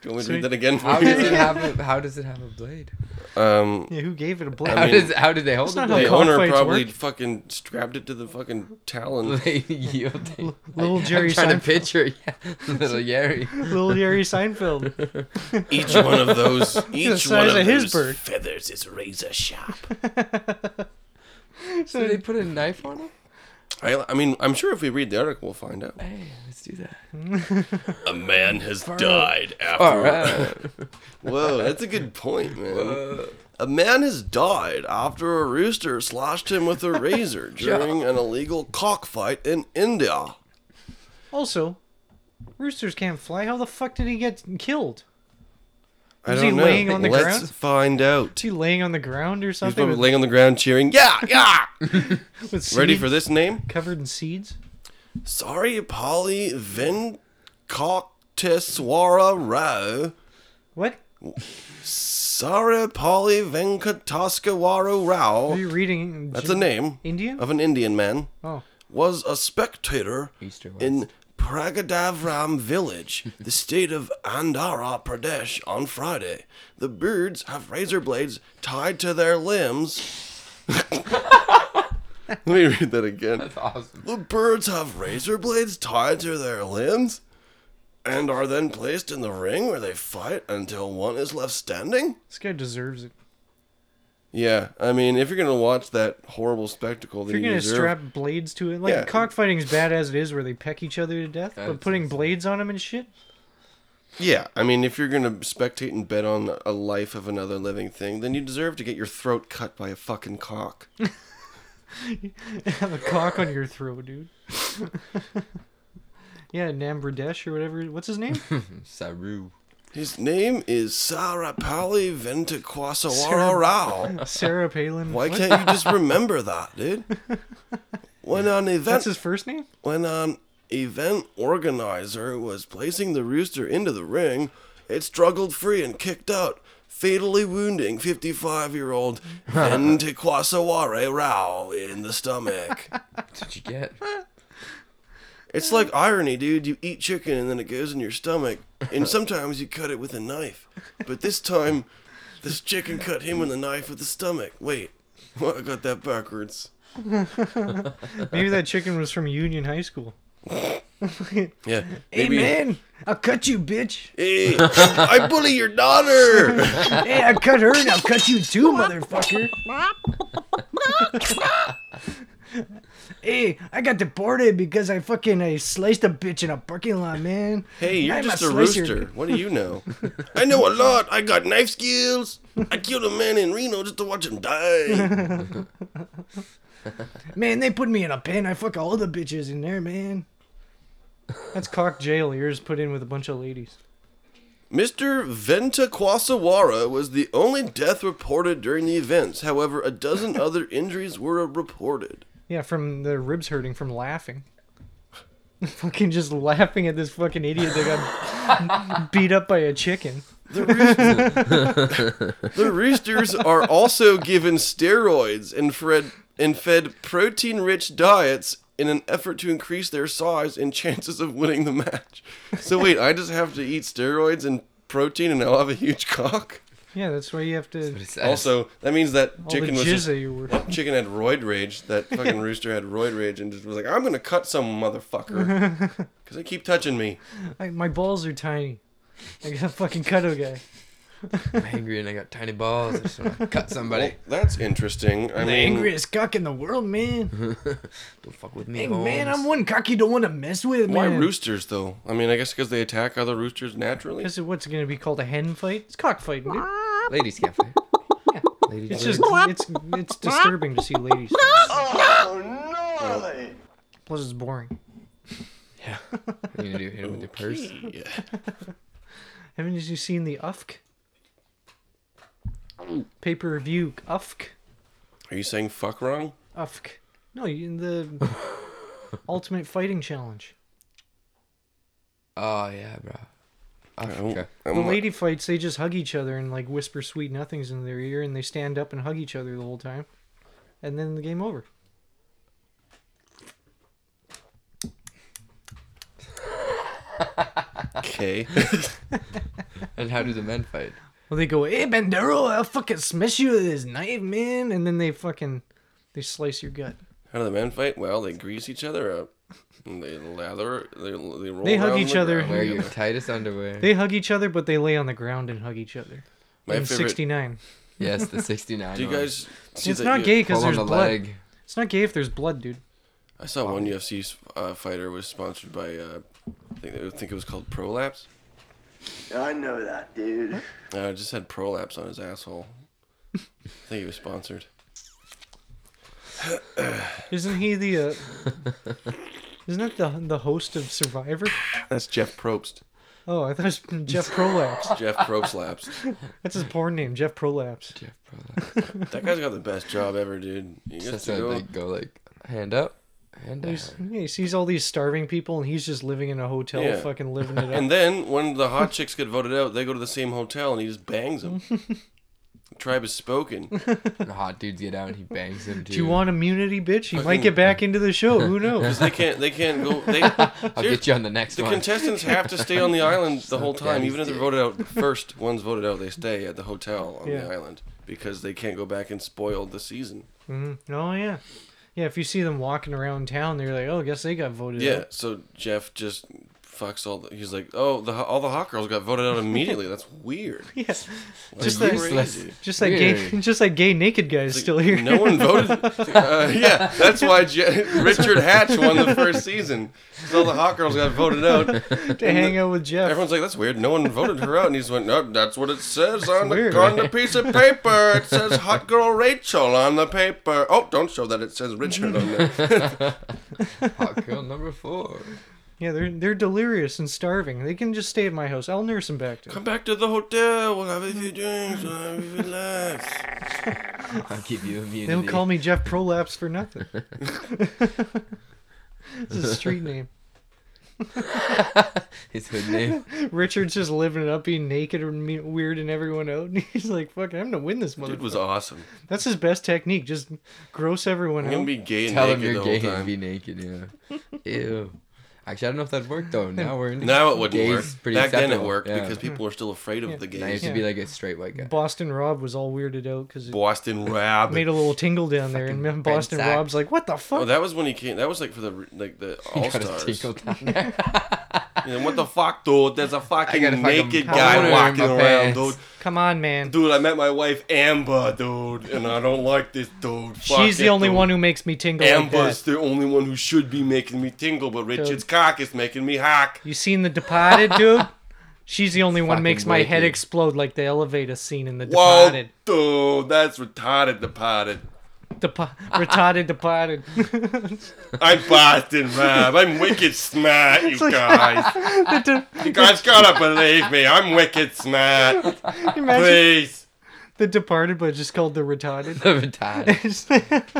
Speaker 4: Do you want me to read that again for
Speaker 7: How
Speaker 4: you?
Speaker 7: does it have a, how does it have a blade?
Speaker 4: Um,
Speaker 6: Yeah, who gave it a blade?
Speaker 7: How does- how did they hold That's not it? how
Speaker 4: The owner
Speaker 7: cockfights
Speaker 4: probably
Speaker 7: work.
Speaker 4: fucking strapped it to the fucking talon.
Speaker 7: Blade yielding.
Speaker 6: Little
Speaker 7: I'm
Speaker 6: Jerry
Speaker 7: trying
Speaker 6: Seinfeld.
Speaker 7: to picture. it. Yeah. Little Jerry.
Speaker 6: Little Jerry Seinfeld.
Speaker 4: Each one of those-
Speaker 6: The
Speaker 4: each
Speaker 6: size
Speaker 4: one of
Speaker 6: his
Speaker 4: those
Speaker 6: bird.
Speaker 1: Feathers is razor sharp.
Speaker 7: So did they put a knife on it?
Speaker 4: I, I mean, I'm sure if we read the article, we'll find out.
Speaker 7: Hey, let's do that.
Speaker 4: A man has
Speaker 7: Far-
Speaker 4: died
Speaker 7: far
Speaker 4: after. Whoa, that's a good point, man. A man has died after a rooster slashed him with a razor
Speaker 6: Yeah.
Speaker 4: during an illegal cockfight in India.
Speaker 6: Also, roosters can't fly. How the fuck did he get killed?
Speaker 4: I
Speaker 6: Was
Speaker 4: don't
Speaker 6: he
Speaker 4: know.
Speaker 6: laying on the
Speaker 4: Let's
Speaker 6: ground?
Speaker 4: find out.
Speaker 6: Is he laying on the ground or
Speaker 4: He's
Speaker 6: something?
Speaker 4: probably
Speaker 6: with-
Speaker 4: laying on the ground cheering, yeah, yeah.
Speaker 6: with
Speaker 4: Ready
Speaker 6: seeds?
Speaker 4: for this name?
Speaker 6: Covered in seeds.
Speaker 4: Sorry, Polly Venkateswara Rao.
Speaker 6: What?
Speaker 4: Sorry, Polly Venkateswara Rao.
Speaker 6: Are you reading?
Speaker 4: That's the name.
Speaker 6: Indian?
Speaker 4: Of an Indian man.
Speaker 6: Oh.
Speaker 4: Was a spectator in Pragadavram village, the state of Andhra Pradesh, on Friday. The birds have razor blades tied to their limbs. Let me read that again. That's
Speaker 7: awesome.
Speaker 4: The birds have razor blades tied to their limbs and are then placed in the ring where they fight until one is left standing?
Speaker 6: This guy deserves it.
Speaker 4: Yeah, I mean, if you're gonna watch that horrible spectacle,
Speaker 6: If
Speaker 4: then
Speaker 6: you're
Speaker 4: you
Speaker 6: gonna
Speaker 4: deserve.
Speaker 6: strap blades to it, like
Speaker 4: Yeah.
Speaker 6: cockfighting's bad as it is, where they peck each other to death, but
Speaker 4: That's
Speaker 6: putting blades on them and shit.
Speaker 4: Yeah, I mean, if you're gonna spectate and bet on a life of another living thing, then you deserve to get your throat cut by a fucking cock.
Speaker 6: Have a cock on your throat, dude. yeah, Nambradesh or whatever. What's his name?
Speaker 7: Saru.
Speaker 4: His name is Sarapali Ventakwasawara Rao.
Speaker 6: Sarah Palin.
Speaker 4: Why
Speaker 6: What?
Speaker 4: can't you just remember that, dude? When an event.
Speaker 6: That's his first name?
Speaker 4: When an event organizer was placing the rooster into the ring, it struggled free and kicked out, fatally wounding 55 year old Ntikwasaware Rao in the stomach.
Speaker 7: Did you get?
Speaker 4: It's like irony, dude. You eat chicken and then it goes in your stomach, and sometimes you cut it with a knife. But this time, this chicken cut him in the knife with the stomach. Wait, I got that backwards.
Speaker 6: Maybe that chicken was from Union High School.
Speaker 4: Yeah,
Speaker 6: Hey
Speaker 4: maybe-
Speaker 6: man, I'll cut you, bitch.
Speaker 4: Hey, I bully your daughter.
Speaker 6: hey, I cut her and I'll cut you too, motherfucker. hey, I got deported because I fucking I sliced a bitch in a parking lot, man.
Speaker 4: Hey, you're
Speaker 6: I'm
Speaker 4: just a,
Speaker 6: slicer.
Speaker 4: rooster. What do you know? I know a lot. I got knife skills. I killed a man in Reno just to watch him die.
Speaker 6: man, they put me in a pen. I fuck all the bitches in there, man. That's cock jail. Yours put in with a bunch of ladies.
Speaker 4: Mr. Venta Kwasawara was the only death reported during the events. However, a dozen other injuries were reported.
Speaker 6: Yeah, from the ribs hurting from laughing. fucking just laughing at this fucking idiot that got beat up by a chicken.
Speaker 4: The roosters, the roosters are also given steroids and fed, and fed protein rich diets in an effort to increase their size and chances of winning the match. So, wait, I just have to eat steroids and protein and I'll have a huge cock?
Speaker 6: Yeah, that's why you have to.
Speaker 4: Also, that means that
Speaker 6: All the
Speaker 4: chicken was
Speaker 6: jizz
Speaker 4: just,
Speaker 6: that you were-
Speaker 4: that chicken had roid rage. That fucking rooster had roid rage and just was like, "I'm gonna cut some motherfucker because they keep touching me."
Speaker 6: I, my balls are tiny. I got a fucking cuto guy.
Speaker 7: I'm angry and I got tiny balls. I just want to cut somebody.
Speaker 4: Well, that's interesting. I
Speaker 6: the
Speaker 4: mean,
Speaker 6: angriest cock in the world, man.
Speaker 7: Don't fuck with me,
Speaker 6: Hey, man,
Speaker 7: Holmes.
Speaker 6: I'm one cock you don't want to mess with,
Speaker 4: why
Speaker 6: man.
Speaker 4: roosters though? I mean, I guess because they attack other roosters naturally.
Speaker 6: This is what's gonna be called a hen fight. It's cock fighting, dude.
Speaker 7: Ladies can't fight.
Speaker 6: It's just it's it's disturbing to see ladies. fight. Plus, it's boring.
Speaker 7: You gonna do hit him with your purse?
Speaker 6: Haven't you seen the UFK? Pay per view UFK
Speaker 4: Are you saying fuck wrong?
Speaker 6: UFK. No, you, the Ultimate Fighting Challenge.
Speaker 7: Oh yeah, bro. Africa.
Speaker 6: The lady fights, they just hug each other and like whisper sweet nothings in their ear, and they stand up and hug each other the whole time, and then the game over.
Speaker 4: Okay.
Speaker 7: and how do the men fight?
Speaker 6: Well, they go, "Hey, Bandero, I'll fucking smash you with this knife, man," and then they fucking they slice your gut.
Speaker 4: How do the men fight? Well, they grease each other up. And they lather. They, they roll.
Speaker 6: They hug
Speaker 4: around
Speaker 6: each
Speaker 4: the
Speaker 6: other.
Speaker 4: ground
Speaker 6: Wear
Speaker 7: Your
Speaker 4: together.
Speaker 7: tightest underwear.
Speaker 6: They hug each other, but they lay on the ground and hug each other.
Speaker 4: My
Speaker 6: in
Speaker 4: favorite-
Speaker 6: '69.
Speaker 7: Yes, the 69.
Speaker 4: Do you
Speaker 7: one.
Speaker 4: guys see
Speaker 6: It's
Speaker 4: that
Speaker 6: not
Speaker 4: you-
Speaker 6: gay because
Speaker 7: pull on
Speaker 6: there's
Speaker 7: the
Speaker 6: blood.
Speaker 7: leg.
Speaker 6: It's not gay if there's blood, dude.
Speaker 4: I saw one UFC uh, fighter was sponsored by. Uh, I think I think it was called Prolapse.
Speaker 5: I know that, dude.
Speaker 4: Uh, it just had prolapse on his asshole. I think he was sponsored.
Speaker 6: Isn't he the? Uh, isn't that the the host of Survivor?
Speaker 4: That's Jeff Probst.
Speaker 6: Oh, I thought it was Jeff Prolapse.
Speaker 4: Jeff Probst lapsed.
Speaker 6: That's his porn name, Jeff Prolapse.
Speaker 7: Jeff
Speaker 4: That guy's got the best job ever, dude. He gets
Speaker 7: Just
Speaker 4: to
Speaker 7: to,
Speaker 4: go.
Speaker 7: like, go like hand up, hand down.
Speaker 6: He's, yeah, he sees all these starving people, and he's just living in a hotel,
Speaker 4: Yeah.
Speaker 6: fucking living it up.
Speaker 4: And then when the hot chicks get voted out, they go to the same hotel and he just bangs them. the tribe is spoken.
Speaker 7: The hot dudes get out and he bangs them too.
Speaker 6: Do you want immunity, bitch? You might
Speaker 4: Fucking-
Speaker 6: get back into the show. Who knows?
Speaker 4: Because they can't. They can't go. They,
Speaker 7: I'll get you on the next
Speaker 4: The
Speaker 7: one.
Speaker 4: contestants have to stay on the island the whole
Speaker 7: Suck
Speaker 4: time,
Speaker 7: daddy's
Speaker 4: even if they're
Speaker 7: dick.
Speaker 4: voted out. The first ones voted out, they stay at the hotel on
Speaker 6: Yeah.
Speaker 4: the island because they can't go back and spoil the season.
Speaker 6: Mhm. Oh yeah, yeah. If you see them walking around town, they're like, "Oh, guess they got voted
Speaker 4: Yeah.
Speaker 6: out."
Speaker 4: So Jeff just fucks all. The, he's like, oh, the all the hot girls got voted out immediately. That's weird.
Speaker 6: Yeah,
Speaker 4: That's
Speaker 6: just that,
Speaker 4: crazy.
Speaker 6: just that gay, just that gay naked guy is still here.
Speaker 4: No one voted. Uh, yeah, that's why Je- Richard Hatch won the first season. 'Cause all the hot girls got voted out.
Speaker 6: to hang out with Jeff.
Speaker 4: Everyone's like, that's weird. No one voted her out. And he's went, no, that's what it says on, the,
Speaker 6: weird,
Speaker 4: on the
Speaker 6: right?
Speaker 4: piece of paper. It says hot girl Rachel on the paper. Oh, don't show that. It says Richard on there.
Speaker 7: Hot girl number four.
Speaker 6: Yeah, they're they're delirious and starving. They can just stay at my house. I'll nurse them back to.
Speaker 4: Come back to the hotel. We'll have a few drinks. We'll have a few laughs.
Speaker 7: I'll give you immunity.
Speaker 6: They don't call me Jeff Prolapse for nothing. it's a street name.
Speaker 7: His hood name.
Speaker 6: Richard's just living it up, being naked and me- weird, and everyone out. And he's like, "Fuck, it, I'm gonna win this
Speaker 4: Dude
Speaker 6: motherfucker."
Speaker 4: was awesome.
Speaker 6: That's his best technique. Just gross everyone
Speaker 4: I'm
Speaker 6: out.
Speaker 4: going to be gay and
Speaker 7: Tell him
Speaker 4: naked
Speaker 7: you're
Speaker 4: the
Speaker 7: gay
Speaker 4: whole
Speaker 7: and
Speaker 4: time.
Speaker 7: be naked. Yeah. Ew. Actually, I don't know if that worked though. Now we're in.
Speaker 4: Now it wouldn't
Speaker 7: Gay's
Speaker 4: work.
Speaker 7: pretty
Speaker 4: Back then it
Speaker 7: acceptable.
Speaker 4: worked
Speaker 7: Yeah.
Speaker 4: because people were still afraid of the
Speaker 7: Now you
Speaker 4: gays.
Speaker 7: should be like a straight white guy.
Speaker 6: Boston Rob was all weirded out because it
Speaker 4: Boston Rab.
Speaker 6: made a little tingle down there, and then Boston
Speaker 7: Zach.
Speaker 6: Rob's like, "What the fuck?"
Speaker 4: Oh, that was when he came. That was like for the like the All
Speaker 7: got a
Speaker 4: Stars.
Speaker 7: tingle down
Speaker 4: what the fuck, dude? There's a
Speaker 7: I got a
Speaker 4: fucking
Speaker 7: fucking
Speaker 4: naked
Speaker 7: powder
Speaker 4: guy
Speaker 7: in
Speaker 4: walking
Speaker 7: my
Speaker 4: around,
Speaker 7: pants.
Speaker 4: dude.
Speaker 6: Come on, man.
Speaker 4: Dude, I met my wife Amber, dude, and I don't like this dude. Fuck
Speaker 6: She's the
Speaker 4: it,
Speaker 6: only
Speaker 4: dude.
Speaker 6: one who makes me tingle. like
Speaker 4: Amber's
Speaker 6: that.
Speaker 4: the only one who should be making me tingle, but Richard's cock is making me hack.
Speaker 6: You seen The Departed, dude? She's the only one
Speaker 4: Fucking
Speaker 6: makes my head
Speaker 4: wacky.
Speaker 6: explode like the elevator scene in The
Speaker 4: Whoa,
Speaker 6: Departed.
Speaker 4: dude, that's retarded departed.
Speaker 6: Depa- retarded Departed.
Speaker 4: I'm Boston Rob. I'm wicked smart, you
Speaker 6: It's like-
Speaker 4: guys.
Speaker 6: The de-
Speaker 4: You guys gotta believe me. I'm wicked smart.
Speaker 6: Imagine-
Speaker 4: Please.
Speaker 6: The Departed, but just called The Retarded.
Speaker 7: The Retarded.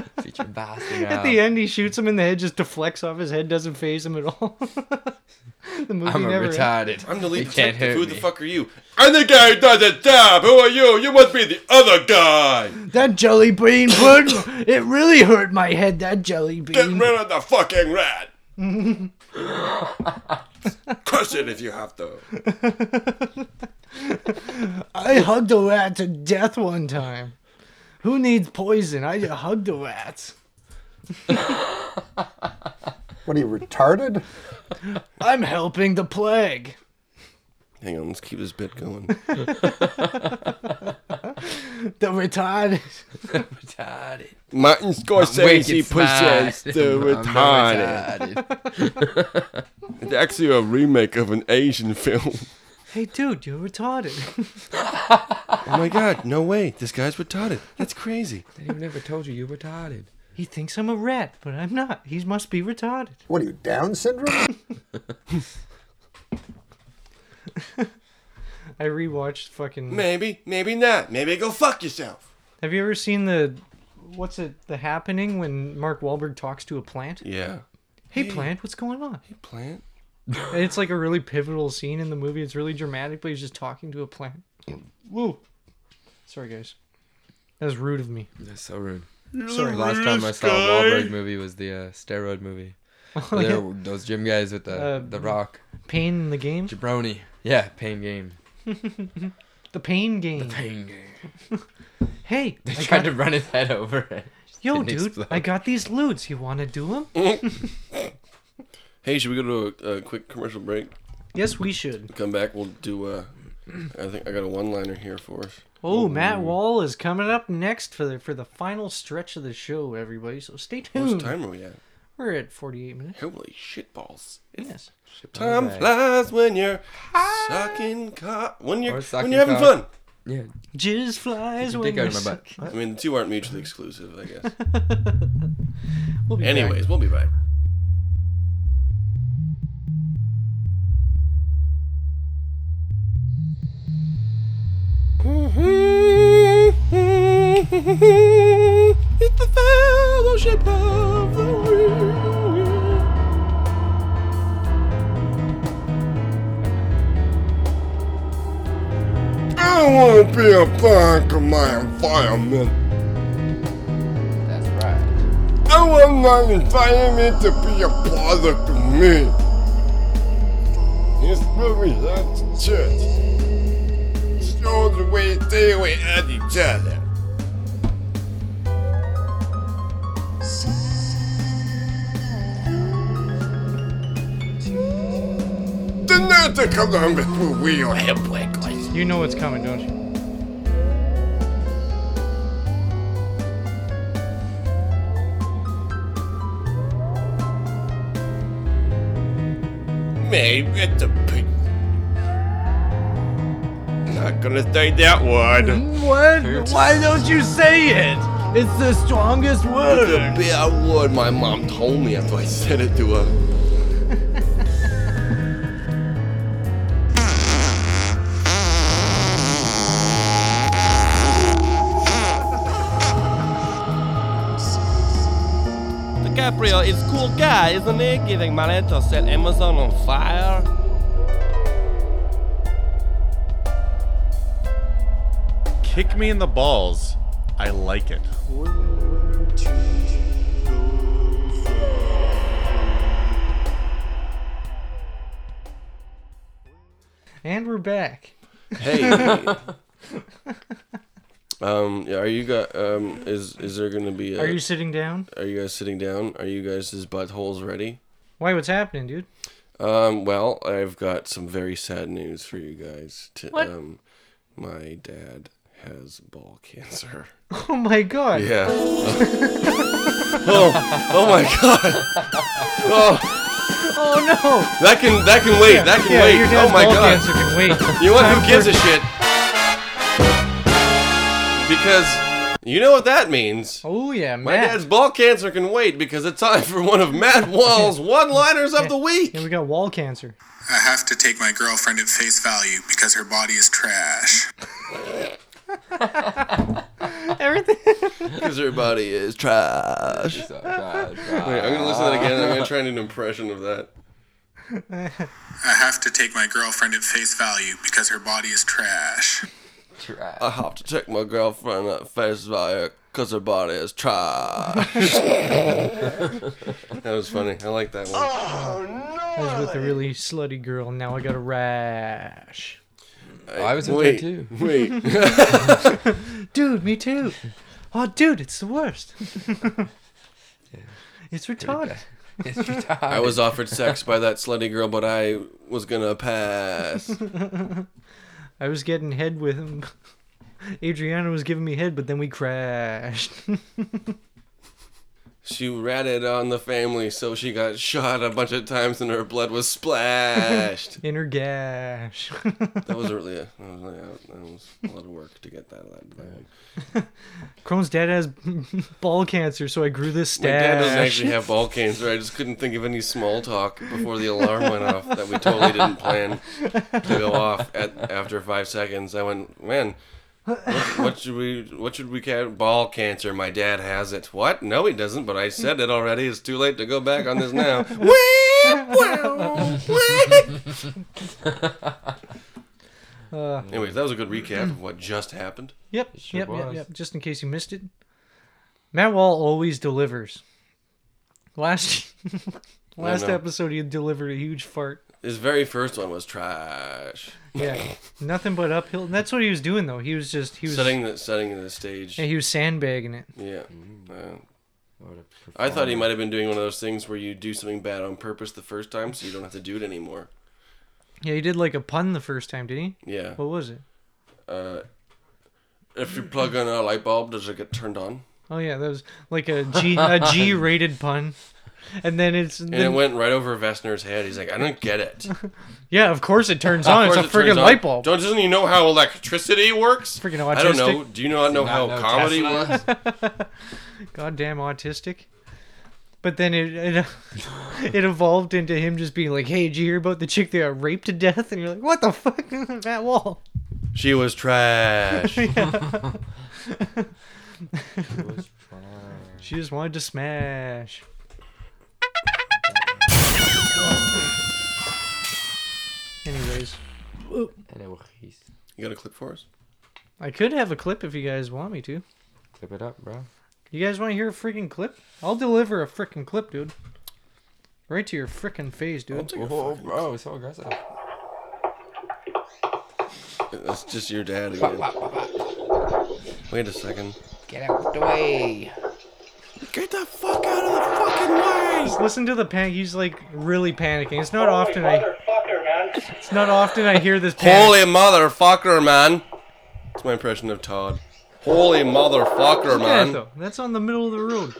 Speaker 6: At
Speaker 7: Oh.
Speaker 6: the end, he shoots him in the head, just deflects off his head, doesn't phase him at all. the movie
Speaker 7: I'm a
Speaker 6: never ends.
Speaker 7: retarded.
Speaker 4: I'm the
Speaker 7: They
Speaker 4: lead
Speaker 7: can't
Speaker 4: detective.
Speaker 7: hurt
Speaker 4: Who the
Speaker 7: me.
Speaker 4: fuck are you? I'm the guy who does the job. Who are you? You must be the other guy.
Speaker 6: That jelly bean pudding, it really hurt my head, that jelly
Speaker 4: Get
Speaker 6: bean.
Speaker 4: rid of the fucking rat. Crush it if you have to.
Speaker 6: I hugged a rat to death one time. Who needs poison? I just hugged a rat.
Speaker 11: What are you, retarded?
Speaker 6: I'm helping the plague.
Speaker 4: Hang on, let's keep this bit going.
Speaker 6: The retarded.
Speaker 7: retarded.
Speaker 4: Martin Scorsese
Speaker 7: Wicked
Speaker 4: presents
Speaker 7: smart.
Speaker 4: The
Speaker 7: I'm
Speaker 4: Retarded.
Speaker 7: the
Speaker 4: it's actually a remake of an Asian film.
Speaker 6: Hey, dude, you're retarded.
Speaker 4: Oh my god, no way. This guy's retarded. That's crazy.
Speaker 7: They never told you you're retarded.
Speaker 6: he thinks I'm a rat, but I'm not. He must be retarded.
Speaker 11: What are you, Down syndrome?
Speaker 6: I rewatched fucking.
Speaker 4: Maybe, maybe not. Maybe go fuck yourself.
Speaker 6: Have you ever seen the. What's it? The happening when Mark Wahlberg talks to a plant?
Speaker 4: Yeah.
Speaker 6: Hey, plant, what's going on? Hey,
Speaker 4: plant.
Speaker 6: and it's like a really pivotal scene in the movie. It's really dramatic, but he's just talking to a plant. Woo. Sorry, guys. That was rude of me.
Speaker 7: That's so rude.
Speaker 6: You're the Sorry.
Speaker 7: Last time I
Speaker 6: rudest
Speaker 7: saw a
Speaker 6: guy.
Speaker 7: Wahlberg movie was the uh, steroid movie. Where there
Speaker 6: yeah.
Speaker 7: were those gym guys with the
Speaker 6: Uh,
Speaker 7: the rock
Speaker 6: Pain in the game?
Speaker 7: jabroni. Yeah, pain game.
Speaker 6: The pain game. The
Speaker 7: pain game.
Speaker 6: hey,
Speaker 7: They
Speaker 6: I
Speaker 7: tried
Speaker 6: got-
Speaker 7: to run his head over. It just
Speaker 6: Yo,
Speaker 7: didn't
Speaker 6: dude,
Speaker 7: explode.
Speaker 6: I got these loots. You want to do them?
Speaker 4: Hey, should we go to a, a quick commercial break?
Speaker 6: yes, we should.
Speaker 4: Come back, we'll do uh I think I got a one liner here for us.
Speaker 6: Oh, Matt Wall is coming up next for the for the final stretch of the show, everybody. So stay tuned.
Speaker 4: What time are we at?
Speaker 6: We're at 48 minutes.
Speaker 4: Holy shit balls.
Speaker 6: Yes.
Speaker 4: Time
Speaker 6: Okay.
Speaker 4: flies when you're sucking cock. When you're
Speaker 7: Or sucking
Speaker 4: when you're having
Speaker 7: cock.
Speaker 4: fun.
Speaker 7: Yeah.
Speaker 6: Jizz flies
Speaker 7: Get your
Speaker 6: when
Speaker 7: dick
Speaker 6: you're
Speaker 7: out of my butt.
Speaker 4: I mean, the two aren't mutually exclusive, I guess.
Speaker 6: We'll be back.
Speaker 4: Anyways, we'll be back.
Speaker 12: It's the fellowship of the ring.
Speaker 15: I want to be a part of my environment.
Speaker 7: That's right.
Speaker 15: I want my environment to be a part of me. This movie has to church. Show the way they were at each other. The night that comes on before we are hip like
Speaker 6: You know what's coming, don't you?
Speaker 15: Maybe it's a pig. Not gonna say that
Speaker 7: Mm-hmm.
Speaker 15: word.
Speaker 12: What?
Speaker 15: Why
Speaker 12: don't you say it? It's the strongest
Speaker 15: It's a bad word my mom told me after I said it to her.
Speaker 16: DiCaprio is cool guy, isn't he? Giving money to set Amazon on fire.
Speaker 17: Kick me in the balls. I like it.
Speaker 6: And we're back.
Speaker 4: Hey. um, yeah, are you got um is is there gonna be a,
Speaker 6: Are you sitting down?
Speaker 4: Are you guys sitting down? Are you guys' buttholes ready?
Speaker 6: Why, what's happening, dude?
Speaker 4: Um, well, I've got some very sad news for you guys. To,
Speaker 6: What?
Speaker 4: Um, My dad has ball cancer.
Speaker 6: Oh my god.
Speaker 4: Yeah. oh, oh my god. Oh.
Speaker 6: Oh no.
Speaker 4: That can that can wait.
Speaker 6: Yeah,
Speaker 4: That can
Speaker 6: yeah,
Speaker 4: wait.
Speaker 6: your dad's
Speaker 4: oh my
Speaker 6: ball
Speaker 4: god.
Speaker 6: cancer can wait.
Speaker 4: You want
Speaker 6: Time
Speaker 4: who gives
Speaker 6: for-
Speaker 4: a shit? Because you know what that means.
Speaker 6: Oh yeah,
Speaker 4: My dad's ball cancer can wait because it's time for one of Matt Wall's one-liners of the week.
Speaker 6: Yeah, we got wall cancer.
Speaker 18: I have to take my girlfriend at face value because her body is trash.
Speaker 6: Everything.
Speaker 4: Because her body is trash. Wait,
Speaker 7: uh,
Speaker 4: I'm gonna listen to that again. and I'm gonna try and do an impression of that.
Speaker 18: I have to take my girlfriend at face value because her body is trash.
Speaker 4: I have to take my girlfriend at face value because her body is trash. that was funny. I like that one.
Speaker 6: I was with a really slutty girl, and now I got a rash.
Speaker 7: uh,
Speaker 4: I was with her Wait, too. wait.
Speaker 6: dude, me too. Oh, dude, it's the worst. It's retarded. It's retarded.
Speaker 4: I was offered sex by that slutty girl, but I was gonna pass.
Speaker 6: I was getting head with him. Adriana was giving me head, but then we crashed.
Speaker 4: She ratted on the family, so she got shot a bunch of times, and her blood was splashed.
Speaker 6: In her gash.
Speaker 4: That was really a, that was, really a- that was a lot of work to get that out of that one.
Speaker 6: Crohn's dad has ball cancer, so I grew this
Speaker 4: My
Speaker 6: stash.
Speaker 4: dad doesn't actually have ball cancer. I just couldn't think of any small talk before the alarm went off that we totally didn't plan to go off at after five seconds. I went, man, what, what should we? What should we ca- Ball cancer. My dad has it. What? No, he doesn't. But I said it already. It's too late to go back on this now.
Speaker 6: Uh,
Speaker 4: Anyways, that was a good recap of what just happened.
Speaker 6: Yep, yep, yep, yep. Just in case you missed it, Matt Wall always delivers. Last last
Speaker 4: know.
Speaker 6: episode, he delivered a huge fart.
Speaker 4: His very first one was trash.
Speaker 6: Yeah, nothing but uphill. And that's what he was doing though. He was just he was
Speaker 4: setting the setting the stage.
Speaker 6: yeah, he was sandbagging it.
Speaker 4: Yeah.
Speaker 6: Mm.
Speaker 4: Uh, I thought he might have been doing one of those things where you do something bad on purpose the first time, so you don't have to do it anymore.
Speaker 6: Yeah, he did like a pun the first time, did he?
Speaker 4: Yeah.
Speaker 6: What was it?
Speaker 4: Uh, if you plug in a light bulb, does it get turned on?
Speaker 6: Oh yeah, that was like a G a G rated pun, and then it's
Speaker 4: And
Speaker 6: then-
Speaker 4: it went right over Vestner's head. He's like, I don't get it.
Speaker 6: Yeah, of course it turns
Speaker 4: Of
Speaker 6: on. It's a
Speaker 4: course it turns
Speaker 6: freaking
Speaker 4: on.
Speaker 6: light bulb.
Speaker 4: Don't doesn't he know how electricity works?
Speaker 6: Freaking
Speaker 4: I don't know.
Speaker 6: autistic.
Speaker 4: Do you not know
Speaker 6: Not
Speaker 4: how
Speaker 6: know
Speaker 4: comedy
Speaker 6: Tesla.
Speaker 4: works?
Speaker 6: Goddamn autistic. But then it, it it evolved into him just being like, "Hey, did you hear about the chick that got raped to death?" And you're like, "What the fuck, Matt Wall?"
Speaker 4: She was trash.
Speaker 6: Yeah. she just wanted to smash. Anyways,
Speaker 4: You got a clip for us?
Speaker 6: I could have a clip if you guys want me to.
Speaker 7: Clip it up, bro.
Speaker 6: You guys want to hear a freaking clip? I'll deliver a freaking clip, dude. Right to your freaking face, dude.
Speaker 7: Oh, bro, so aggressive.
Speaker 4: That's just your dad again. Wait a second.
Speaker 7: Get out the way.
Speaker 4: Get the fuck out of the fucking way!
Speaker 6: Just listen to the panic. He's like really panicking. It's not often I. It's not often I hear this. Panic.
Speaker 4: Holy motherfucker, man! That's my impression of Todd. Holy motherfucker,
Speaker 6: Look at it,
Speaker 4: man!
Speaker 6: though. That's on the middle of the road.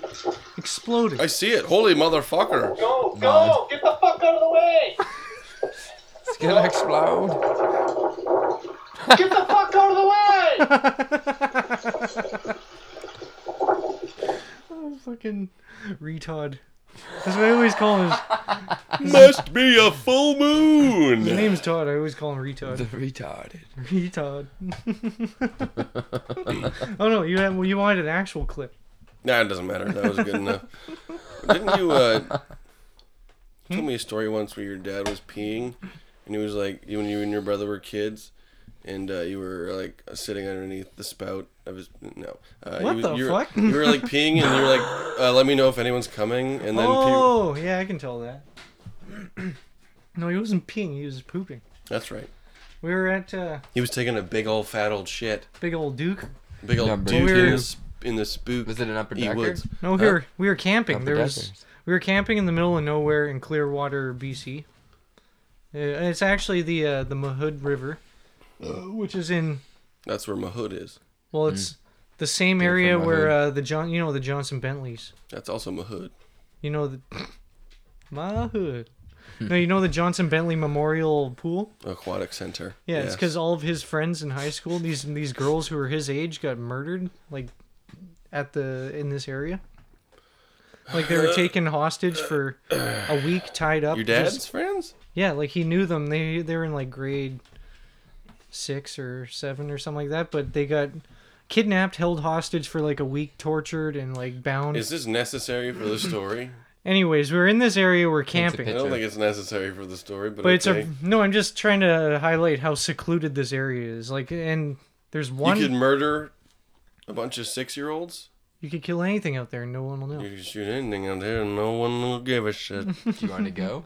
Speaker 6: Exploded.
Speaker 4: I see it. Holy motherfucker!
Speaker 9: Go, go! Get the fuck out of the way!
Speaker 7: It's gonna explode.
Speaker 9: Get the fuck out of the way!
Speaker 6: Oh, fucking retard. That's what I always call him. His,
Speaker 4: Must be a full moon.
Speaker 6: His name's Todd. I always call him retard.
Speaker 7: The retarded.
Speaker 6: Retard. oh no, you had, well, you wanted an actual clip.
Speaker 4: Nah, it doesn't matter. That was good enough. Didn't you uh, tell me a story once where your dad was peeing, and he was like, you- when you and your brother were kids, and uh, you were like sitting underneath the spout of his no. Uh,
Speaker 6: What
Speaker 4: you,
Speaker 6: the
Speaker 4: you
Speaker 6: fuck?
Speaker 4: Were, you were like peeing, and you were like, uh, "Let me know if anyone's coming," and then pee-
Speaker 6: oh yeah, I can tell that. no, he wasn't peeing. He was pooping.
Speaker 4: that's right.
Speaker 6: We were at uh,
Speaker 4: He was taking a big old fat old shit.
Speaker 6: Big Old Duke.
Speaker 4: Big old
Speaker 7: Number
Speaker 4: dude
Speaker 6: two.
Speaker 4: in, the, sp- in the spook. Was
Speaker 7: it an upper
Speaker 4: E
Speaker 7: decker?
Speaker 4: Woods.
Speaker 6: No, we
Speaker 4: Huh?
Speaker 6: were we were camping.
Speaker 7: Upper
Speaker 6: There was
Speaker 7: Deckers.
Speaker 6: we were camping in the middle of nowhere in Clearwater, BC. Uh, It's actually the uh, the Mahood River, uh, which is in
Speaker 4: That's where my hood is.
Speaker 6: Well, it's the same
Speaker 4: Being
Speaker 6: area
Speaker 4: from my
Speaker 6: where
Speaker 4: hood.
Speaker 6: uh, the John, you know, the Johnson Bentleys.
Speaker 4: That's also my hood.
Speaker 6: You know the my hood. no, you know the Johnson Bentley Memorial Pool.
Speaker 4: Aquatic Center.
Speaker 6: Yeah, it's because all of his friends in high school, these these girls who were his age, got murdered like at the in this area. Like they were taken hostage for a week, tied up.
Speaker 4: Your dad's
Speaker 6: just-
Speaker 4: friends?
Speaker 6: Yeah, like he knew them. They they were in like grade six or seven or something like that. But they got kidnapped, held hostage for like a week, tortured and like bound.
Speaker 4: Is this necessary for the story?
Speaker 6: Anyways, we were in this area. We're camping.
Speaker 4: I don't think it's necessary for the story, but,
Speaker 6: But it's a no. I'm just trying to highlight how secluded this area is. Like, and there's one.
Speaker 4: You could murder a bunch of six-year-olds.
Speaker 6: You could kill anything out there and no one will know.
Speaker 4: You could shoot anything out there, and no one will give a shit. Do
Speaker 7: you want to go?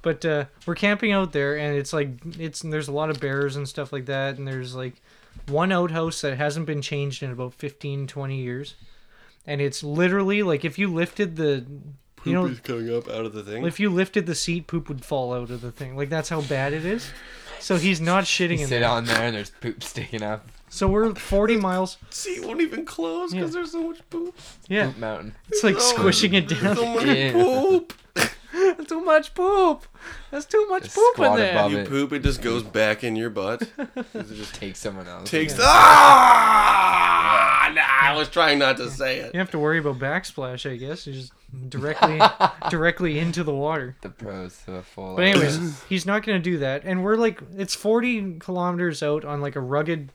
Speaker 6: But uh, we're camping out there and it's like it's and there's a lot of bears and stuff like that and there's like one outhouse that hasn't been changed in about 15 20 years. And it's literally like if you lifted the
Speaker 4: Poop
Speaker 6: you know
Speaker 4: is coming up out of the thing.
Speaker 6: if you lifted the seat poop would fall out of the thing. Like that's how bad it is. So he's not shitting
Speaker 7: You
Speaker 6: in
Speaker 7: sit
Speaker 6: there.
Speaker 7: on there and there's poop sticking up.
Speaker 6: So we're 40 miles.
Speaker 4: See, it won't even close because there's so much poop.
Speaker 6: Yeah.
Speaker 7: Poop mountain.
Speaker 6: It's like squishing it down.
Speaker 4: So much
Speaker 7: Yeah.
Speaker 4: poop.
Speaker 6: too much poop. That's too much poop in there.
Speaker 4: you poop, it just goes back in your butt. it
Speaker 7: just takes someone else.
Speaker 4: Takes.
Speaker 6: Yeah.
Speaker 4: Ah! Nah, I was trying not to say it.
Speaker 6: You have to worry about backsplash, I guess. You just directly directly into the water.
Speaker 7: The pros to a full.
Speaker 6: But anyways, he's not gonna do that. And we're like it's forty kilometers out on like a rugged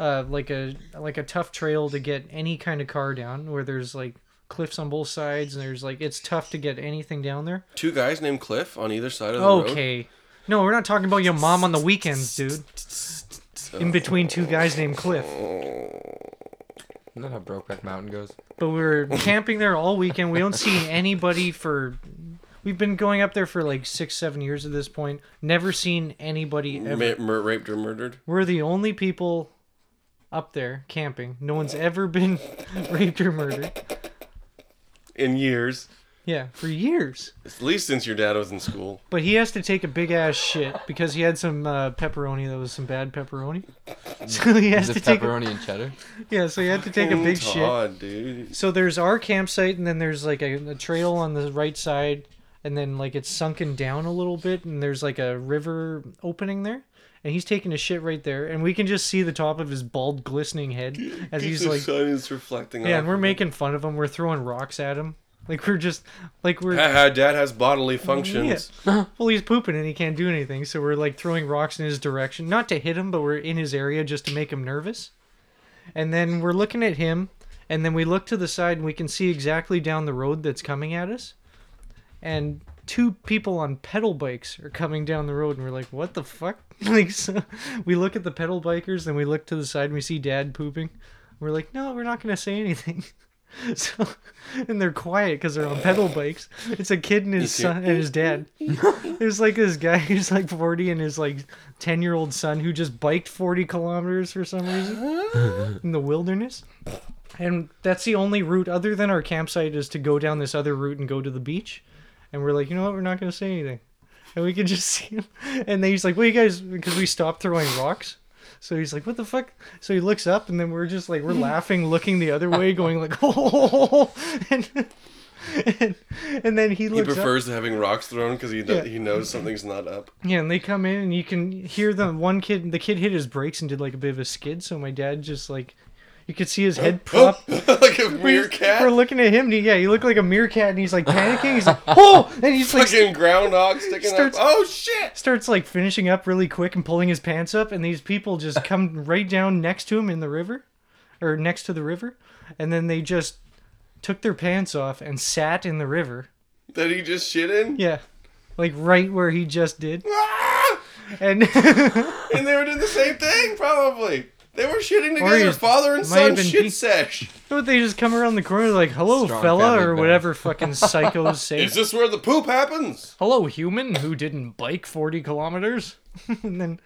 Speaker 6: uh like a like a tough trail to get any kind of car down where there's like cliffs on both sides and there's like it's tough to get anything down there.
Speaker 4: Two guys named Cliff on either side of the road.
Speaker 6: Okay. No, we're not talking about your mom on the weekends, dude. In between two guys named Cliff.
Speaker 7: Isn't that how Brokeback Mountain goes?
Speaker 6: But we were camping there all weekend. We don't see anybody for. We've been going up there for like six, seven years at this point. Never seen anybody ever.
Speaker 4: Ma- mur- raped or murdered.
Speaker 6: We're the only people up there camping. No one's ever been raped or murdered.
Speaker 4: in years.
Speaker 6: Yeah, for years.
Speaker 4: At least since your dad was in school.
Speaker 6: But he has to take a big ass shit because he had some uh, pepperoni that was some bad pepperoni. So he has
Speaker 7: Is
Speaker 6: to
Speaker 7: it
Speaker 6: take a-
Speaker 7: pepperoni and cheddar?
Speaker 6: Yeah, so you had to take a
Speaker 4: Fucking
Speaker 6: big
Speaker 4: Oh, Todd,
Speaker 6: shit.
Speaker 4: dude.
Speaker 6: So there's our campsite, and then there's like a, a trail on the right side, and then like it's sunken down a little bit, and there's like a river opening there. And he's taking a shit right there, and we can just see the top of his bald, glistening head as
Speaker 4: Because
Speaker 6: he's
Speaker 4: the
Speaker 6: like,
Speaker 4: sun is reflecting.
Speaker 6: yeah.
Speaker 4: off
Speaker 6: And we're
Speaker 4: of
Speaker 6: making fun of him. We're throwing rocks at him, like we're just, like
Speaker 4: it.
Speaker 6: we're.
Speaker 4: Ha ha, dad has bodily functions.
Speaker 6: Yeah. Well, he's pooping and he can't do anything, so we're like throwing rocks in his direction, not to hit him, but we're in his area just to make him nervous. And then we're looking at him, and then we look to the side and we can see exactly down the road that's coming at us. And two people on pedal bikes are coming down the road, and we're like, "What the fuck?" Like, so we look at the pedal bikers, then we look to the side and we see Dad pooping. We're like, "No, we're not gonna say anything." So, and they're quiet because they're on pedal bikes. It's a kid and his
Speaker 4: You hear-
Speaker 6: son and his dad. There's like this guy who's like 40 and his like 10 year old son who just biked 40 kilometers for some reason in the wilderness. And that's the only route other than our campsite is to go down this other route and go to the beach. And we're like, you know what? We're not going to say anything. And we can just see him. And then he's like, well, you guys, because we stopped throwing rocks. So he's like, what the fuck? So he looks up and then we're just like, we're laughing, looking the other way, going like, oh. And, and, and then he
Speaker 4: He
Speaker 6: looks up.
Speaker 4: prefers to having rocks thrown because he kno-
Speaker 6: Yeah.
Speaker 4: he knows something's not up.
Speaker 6: Yeah, and they come in and you can hear the one kid. The kid hit his brakes and did like a bit of a skid. So my dad just like, you could see his head prop
Speaker 4: like a Oh, meerkat.
Speaker 6: We're looking at him. and he- Yeah, he looked like a meerkat, and he's like panicking. He's like, oh, and he's like
Speaker 4: Fucking groundhog sticking
Speaker 6: starts-
Speaker 4: up. Oh shit!
Speaker 6: starts like finishing up really quick and pulling his pants up, and these people just come right down next to him in the river, or next to the river, and then they just took their pants off and sat in the river.
Speaker 4: That he just shit in.
Speaker 6: Yeah, like right where he just did.
Speaker 4: Ah!
Speaker 6: And
Speaker 4: And they were doing the same thing, probably. They were shitting
Speaker 6: Or
Speaker 4: together,
Speaker 6: he's-
Speaker 4: father and
Speaker 6: might have
Speaker 4: son
Speaker 6: been
Speaker 4: shit
Speaker 6: pe-
Speaker 4: sesh.
Speaker 6: Don't they just come around the corner like, hello, fella,
Speaker 4: family
Speaker 6: or
Speaker 4: band.
Speaker 6: whatever fucking psychos say?
Speaker 4: Is this where the poop happens?
Speaker 6: hello, human who didn't bike 40 kilometers? and then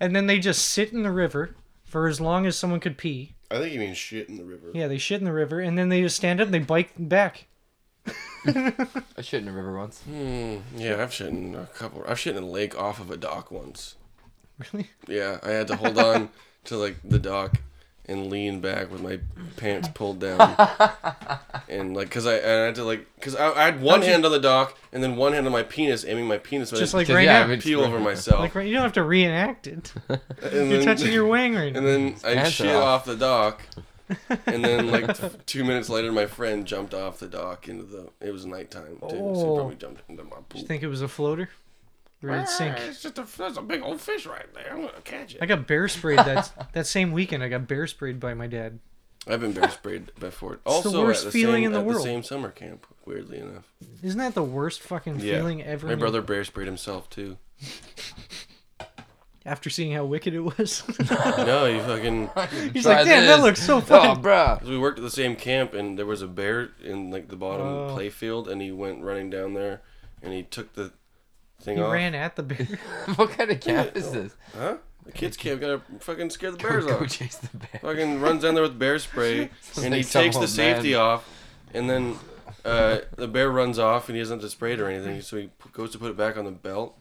Speaker 6: and then they just sit in the river for as long as someone could pee.
Speaker 4: I think he means shit in the river.
Speaker 6: Yeah, they shit in the river, and then they just stand up and they bike back.
Speaker 7: I shit in a river once.
Speaker 4: Hmm. yeah, I've shit in a couple. I've shit in a lake off of a dock once.
Speaker 6: Really?
Speaker 4: Yeah, I had to hold on to like the dock and lean back with my pants pulled down, and like because I, I had to like because I, I had one
Speaker 6: Don't you-
Speaker 4: hand on the dock and then one hand on my penis, aiming my penis, but
Speaker 6: Just
Speaker 4: I
Speaker 6: like right now.
Speaker 4: peel over myself.
Speaker 6: Like right, you don't have to reenact it.
Speaker 4: And
Speaker 6: You're
Speaker 4: then-
Speaker 6: touching your wang right now.
Speaker 4: And then I
Speaker 6: pants are
Speaker 4: shit
Speaker 6: off.
Speaker 4: off. the dock, and then like t- two minutes later, my friend jumped off the dock into the. It was nighttime too, so
Speaker 6: Oh.
Speaker 4: he probably jumped into my
Speaker 6: Did
Speaker 4: pool. Ah,
Speaker 6: you think it was a floater? Or did it sink?
Speaker 4: It's just a, there's a big old fish right there. I'm gonna catch it.
Speaker 6: I got bear sprayed that that same weekend. I got bear sprayed by my dad.
Speaker 4: I've been bear sprayed before.
Speaker 6: It's
Speaker 4: Also,
Speaker 6: the worst
Speaker 4: at the
Speaker 6: feeling
Speaker 4: same,
Speaker 6: in the
Speaker 4: at
Speaker 6: world.
Speaker 4: the same summer camp. Weirdly enough,
Speaker 6: Isn't that the worst fucking feeling ever?
Speaker 4: My
Speaker 6: in your-
Speaker 4: brother bear sprayed himself too.
Speaker 6: After seeing how wicked it was.
Speaker 4: no, he fucking.
Speaker 6: He's like, damn, that looks
Speaker 7: Oh,
Speaker 6: so fun.
Speaker 4: bruh. We worked at the same camp, and there was a bear in like the bottom
Speaker 6: Oh.
Speaker 4: play field, and he went running down there, and he took the thing
Speaker 6: He
Speaker 4: off.
Speaker 6: ran at the bear.
Speaker 7: what kind of camp is this?
Speaker 4: Huh? The kids camp gotta fucking scare the bears
Speaker 7: go
Speaker 4: off.
Speaker 7: chase the bear.
Speaker 4: Fucking runs down there with bear spray,
Speaker 7: Sounds
Speaker 4: and he
Speaker 7: like some
Speaker 4: takes the
Speaker 7: old man.
Speaker 4: safety off, and then uh, the bear runs off, and he doesn't have to spray it or anything, so he p- goes to put it back on the belt,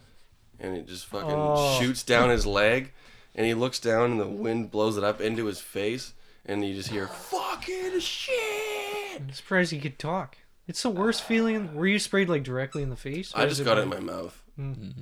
Speaker 4: and it just fucking
Speaker 17: Oh.
Speaker 4: shoots down his leg, and he looks down, and the wind blows it up into his face, and you just hear Fucking shit!
Speaker 6: I'm surprised he could talk. It's the worst feeling. Were you sprayed like directly in the face?
Speaker 4: I
Speaker 6: Or
Speaker 4: just
Speaker 6: is
Speaker 4: got it in
Speaker 6: like-
Speaker 4: my mouth.
Speaker 6: Mm.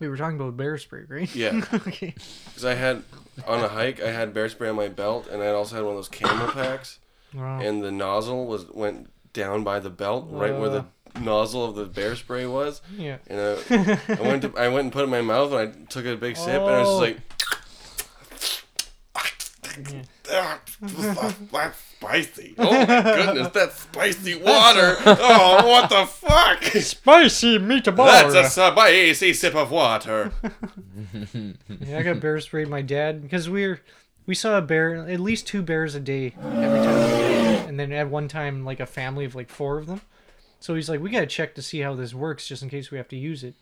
Speaker 6: We were talking about bear spray, right?
Speaker 4: Yeah.
Speaker 6: okay.
Speaker 4: Because I had on a hike, I had bear spray on my belt, and I also had one of those camera packs,
Speaker 6: Wow.
Speaker 4: and the nozzle was went down by the belt, right where the
Speaker 6: Uh.
Speaker 4: nozzle of the bear spray was.
Speaker 6: Yeah.
Speaker 4: And I, I went to, I went and put it in my mouth, and I took a big sip, and I was just like. That's spicy. Oh my goodness, that's spicy water. Oh, what the fuck?
Speaker 6: Spicy meatball.
Speaker 4: That's a spicy sip of water.
Speaker 6: Yeah, I got bear sprayed my dad because we were we saw a bear at least two bears a day every time, and then at one time like a family of like four of them. So he's like, we gotta check to see how this works just in case we have to use it.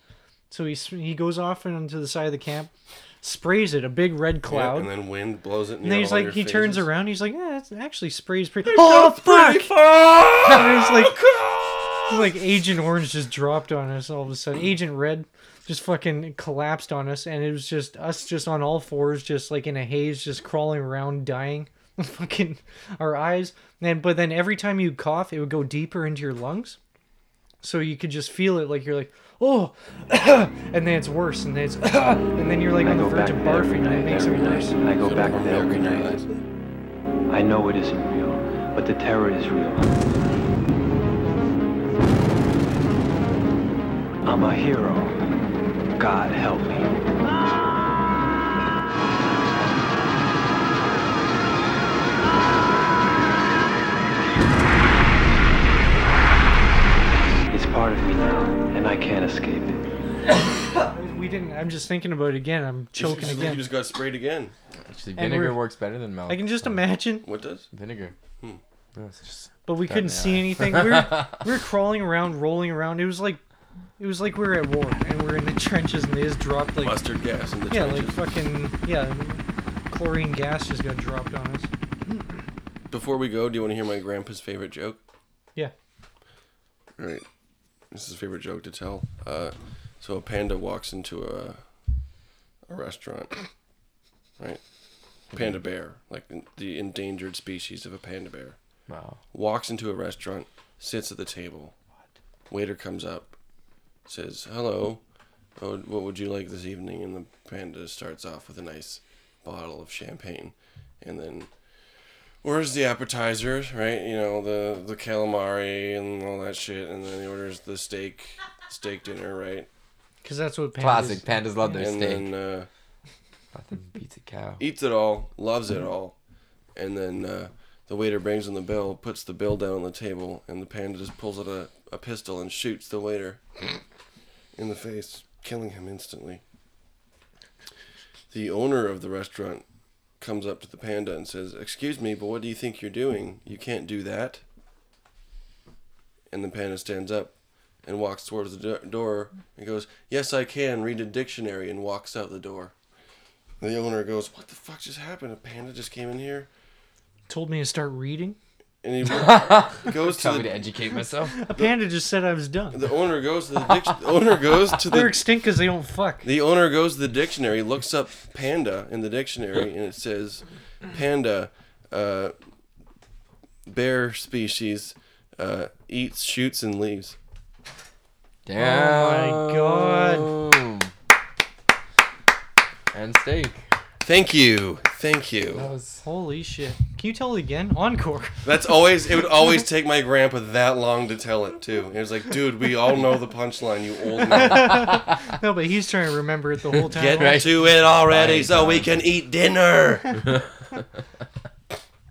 Speaker 6: So he s- he goes off onto the side of the camp, sprays it a big red
Speaker 4: Yeah,
Speaker 6: cloud,
Speaker 4: and then wind blows it. in
Speaker 6: and then
Speaker 4: your-
Speaker 6: he's
Speaker 4: all
Speaker 6: like,
Speaker 4: your
Speaker 6: he
Speaker 4: faces.
Speaker 6: turns around, he's like, yeah, it actually sprays pretty.
Speaker 12: It
Speaker 6: Oh
Speaker 12: does
Speaker 6: fuck!
Speaker 12: pretty
Speaker 6: and it's like,
Speaker 4: Oh,
Speaker 6: it's like Agent Orange just dropped on us all of a sudden. Agent Red just fucking collapsed on us, and it was just us just on all fours, just like in a haze, just crawling around, dying. fucking our eyes. And but then every time you cough, it would go deeper into your lungs, so you could just feel it. Like you're like, oh, and then it's worse, and then it's, and then you're like on the verge of barfing, and it makes it worse.
Speaker 19: I go back there every night. I know it isn't real, but the terror is real. I'm a hero. God help me. It's part of me now, and I can't escape it.
Speaker 6: We didn't. I'm just thinking about it again. I'm choking
Speaker 4: You
Speaker 6: again.
Speaker 4: just got sprayed again.
Speaker 7: Actually,
Speaker 6: And we're-
Speaker 7: vinegar works better than milk.
Speaker 6: I can just imagine.
Speaker 4: What does?
Speaker 7: Vinegar.
Speaker 4: Hmm.
Speaker 7: Yeah, it's just
Speaker 6: But we
Speaker 7: got
Speaker 6: couldn't
Speaker 7: me
Speaker 6: see
Speaker 7: eye.
Speaker 6: anything. We were, we were crawling around, rolling around. It was like, it was like we were at war and we are in the trenches and they just dropped like
Speaker 4: Mustard gas in the
Speaker 6: yeah,
Speaker 4: trenches.
Speaker 6: like fucking yeah, chlorine gas just got dropped on us.
Speaker 4: Before we go, do you want to hear my grandpa's favorite joke?
Speaker 6: Yeah.
Speaker 4: All right. This is his favorite joke to tell. Uh, so a panda walks into a, a restaurant, right? Panda bear, like the endangered species of a panda bear.
Speaker 7: Wow.
Speaker 4: Walks into a restaurant, sits at the table. Waiter comes up, says, Hello, oh, what would you like this evening? And the panda starts off with a nice bottle of champagne. And then orders the appetizer, right? You know, the the calamari and all that shit, and then he orders the steak, steak dinner, right?
Speaker 6: 'Cause that's what pandas-
Speaker 7: Classic, pandas love their
Speaker 4: and
Speaker 7: steak.
Speaker 4: Then, uh,
Speaker 7: Nothing beats a cow.
Speaker 4: Eats it all, loves it all, and then uh, the waiter brings him the bill, puts the bill down on the table, and the panda just pulls out a, a pistol and shoots the waiter in the face, killing him instantly. The owner of the restaurant comes up to the panda and says, "Excuse me, but what do you think you're doing? You can't do that." And the panda stands up and walks towards the do- door and goes, "Yes, I can read a dictionary," and walks out the door. The owner goes, "What the fuck just happened? A panda just came in here."
Speaker 6: Told me to start reading.
Speaker 4: and he w- goes to
Speaker 7: Tell
Speaker 4: the,
Speaker 7: me to educate myself.
Speaker 6: A panda just said I was done.
Speaker 4: The owner goes to the, dic- the owner goes to the
Speaker 6: They're extinct because they don't fuck.
Speaker 4: The owner goes to the dictionary, looks up panda in the dictionary, and it says panda, uh, bear species, uh, eats shoots and leaves.
Speaker 6: Oh my god.
Speaker 7: Boom. And steak.
Speaker 4: Thank you, thank you.
Speaker 6: Holy shit. Can you tell it again? Encore.
Speaker 4: That's always it would always take my grandpa that long to tell it too. It was like, dude, we all know the punchline, you old man.
Speaker 6: no, but he's trying to remember it the whole time.
Speaker 4: Get to it already, so we can eat dinner.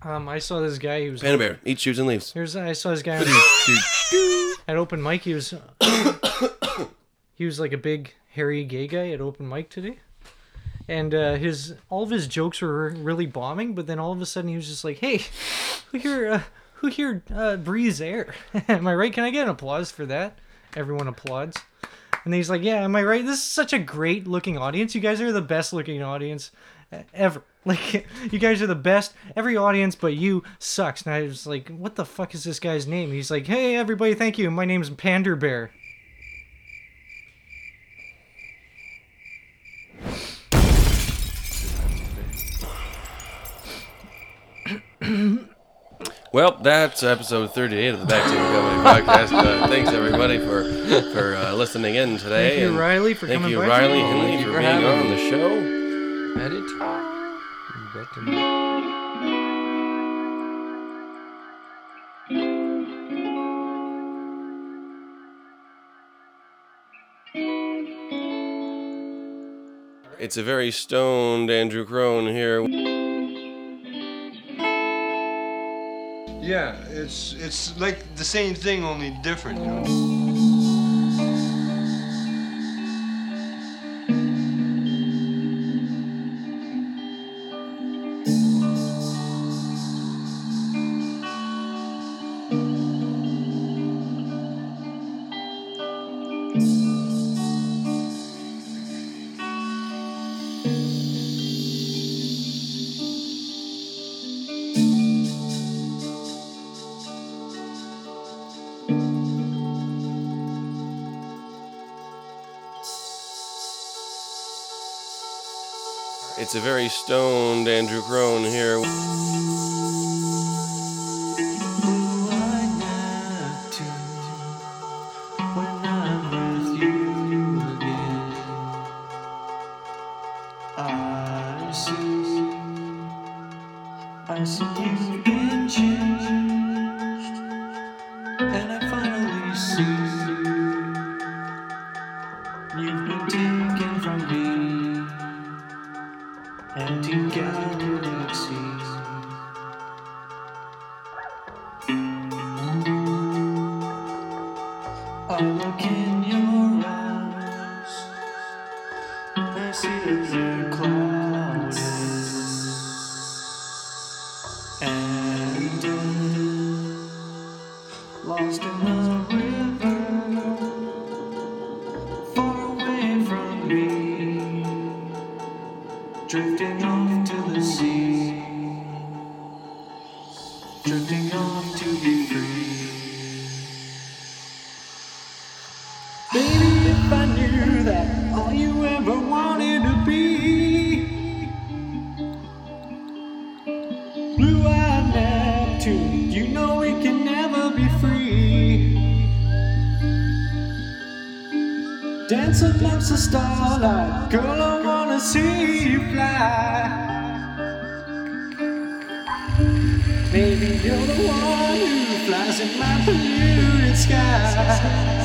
Speaker 6: Um, I saw this guy. He was
Speaker 4: Panda bear eats shoots and leaves.
Speaker 6: Here's I saw this guy on- at open mic. He was he was like a big hairy gay guy at open mic today, and uh, his all of his jokes were really bombing. But then all of a sudden he was just like, "Hey, who here uh, who here uh, breathes air? am I right? Can I get an applause for that?" Everyone applauds, and he's like, "Yeah, am I right? This is such a great looking audience. You guys are the best looking audience ever. Like, you guys are the best. Every audience but you sucks. And I was like, what the fuck is this guy's name? He's like, hey, everybody, thank you. My name's Pander Bear.
Speaker 4: Well, that's episode 38 of the Back to the Comedy Podcast. Uh, thanks everybody for for uh, listening in today.
Speaker 6: Thank you,
Speaker 4: and
Speaker 6: Riley, for
Speaker 4: thank
Speaker 6: coming
Speaker 4: you,
Speaker 6: by.
Speaker 4: Riley
Speaker 6: Oh,
Speaker 4: Henley,
Speaker 6: thank you
Speaker 4: for
Speaker 6: for
Speaker 4: being
Speaker 6: having
Speaker 4: on
Speaker 6: me.
Speaker 4: the show. It's a very stoned Andrew Crone here.
Speaker 5: Yeah, it's it's like the same thing, only different. You know?
Speaker 4: It's a very stoned Andrew Crone here.
Speaker 12: I see, I see you've been changed, and I finally see you've been taken from me. Empty galaxies. I look in your eyes. I see that they're clouded and dead, lost in the river, far away from me, drifting off into the sea, drifting off to be free. Baby, if I knew that all you ever wanted to be, blue eyed Neptune, you know we can never be free. Dancing amongst the starlight, girl, I wanna see you fly. Baby, you're the one who flies in my polluted sky.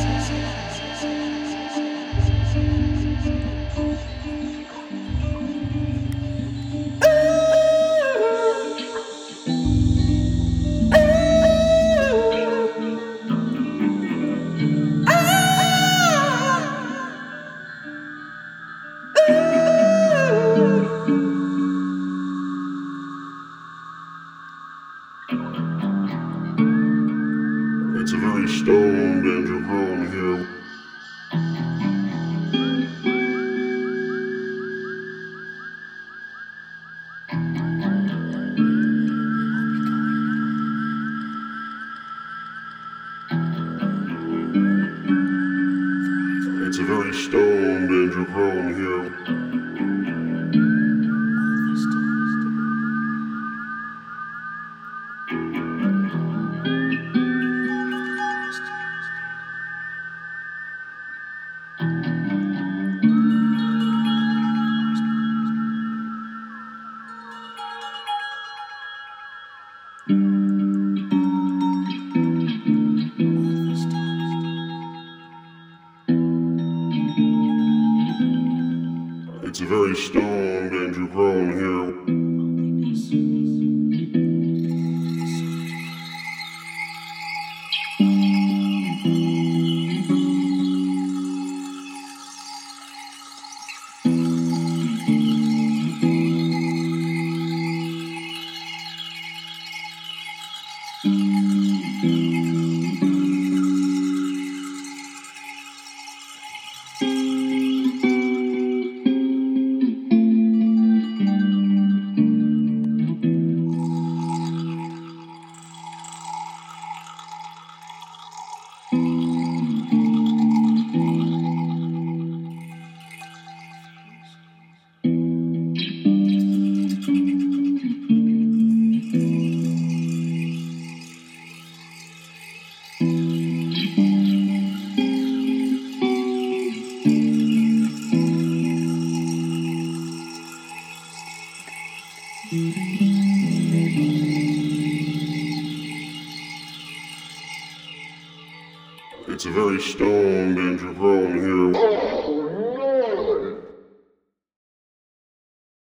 Speaker 20: It's a very stoned Andrew Crone here.
Speaker 2: Crown Hill. It's a very stoned Andrew Brown here.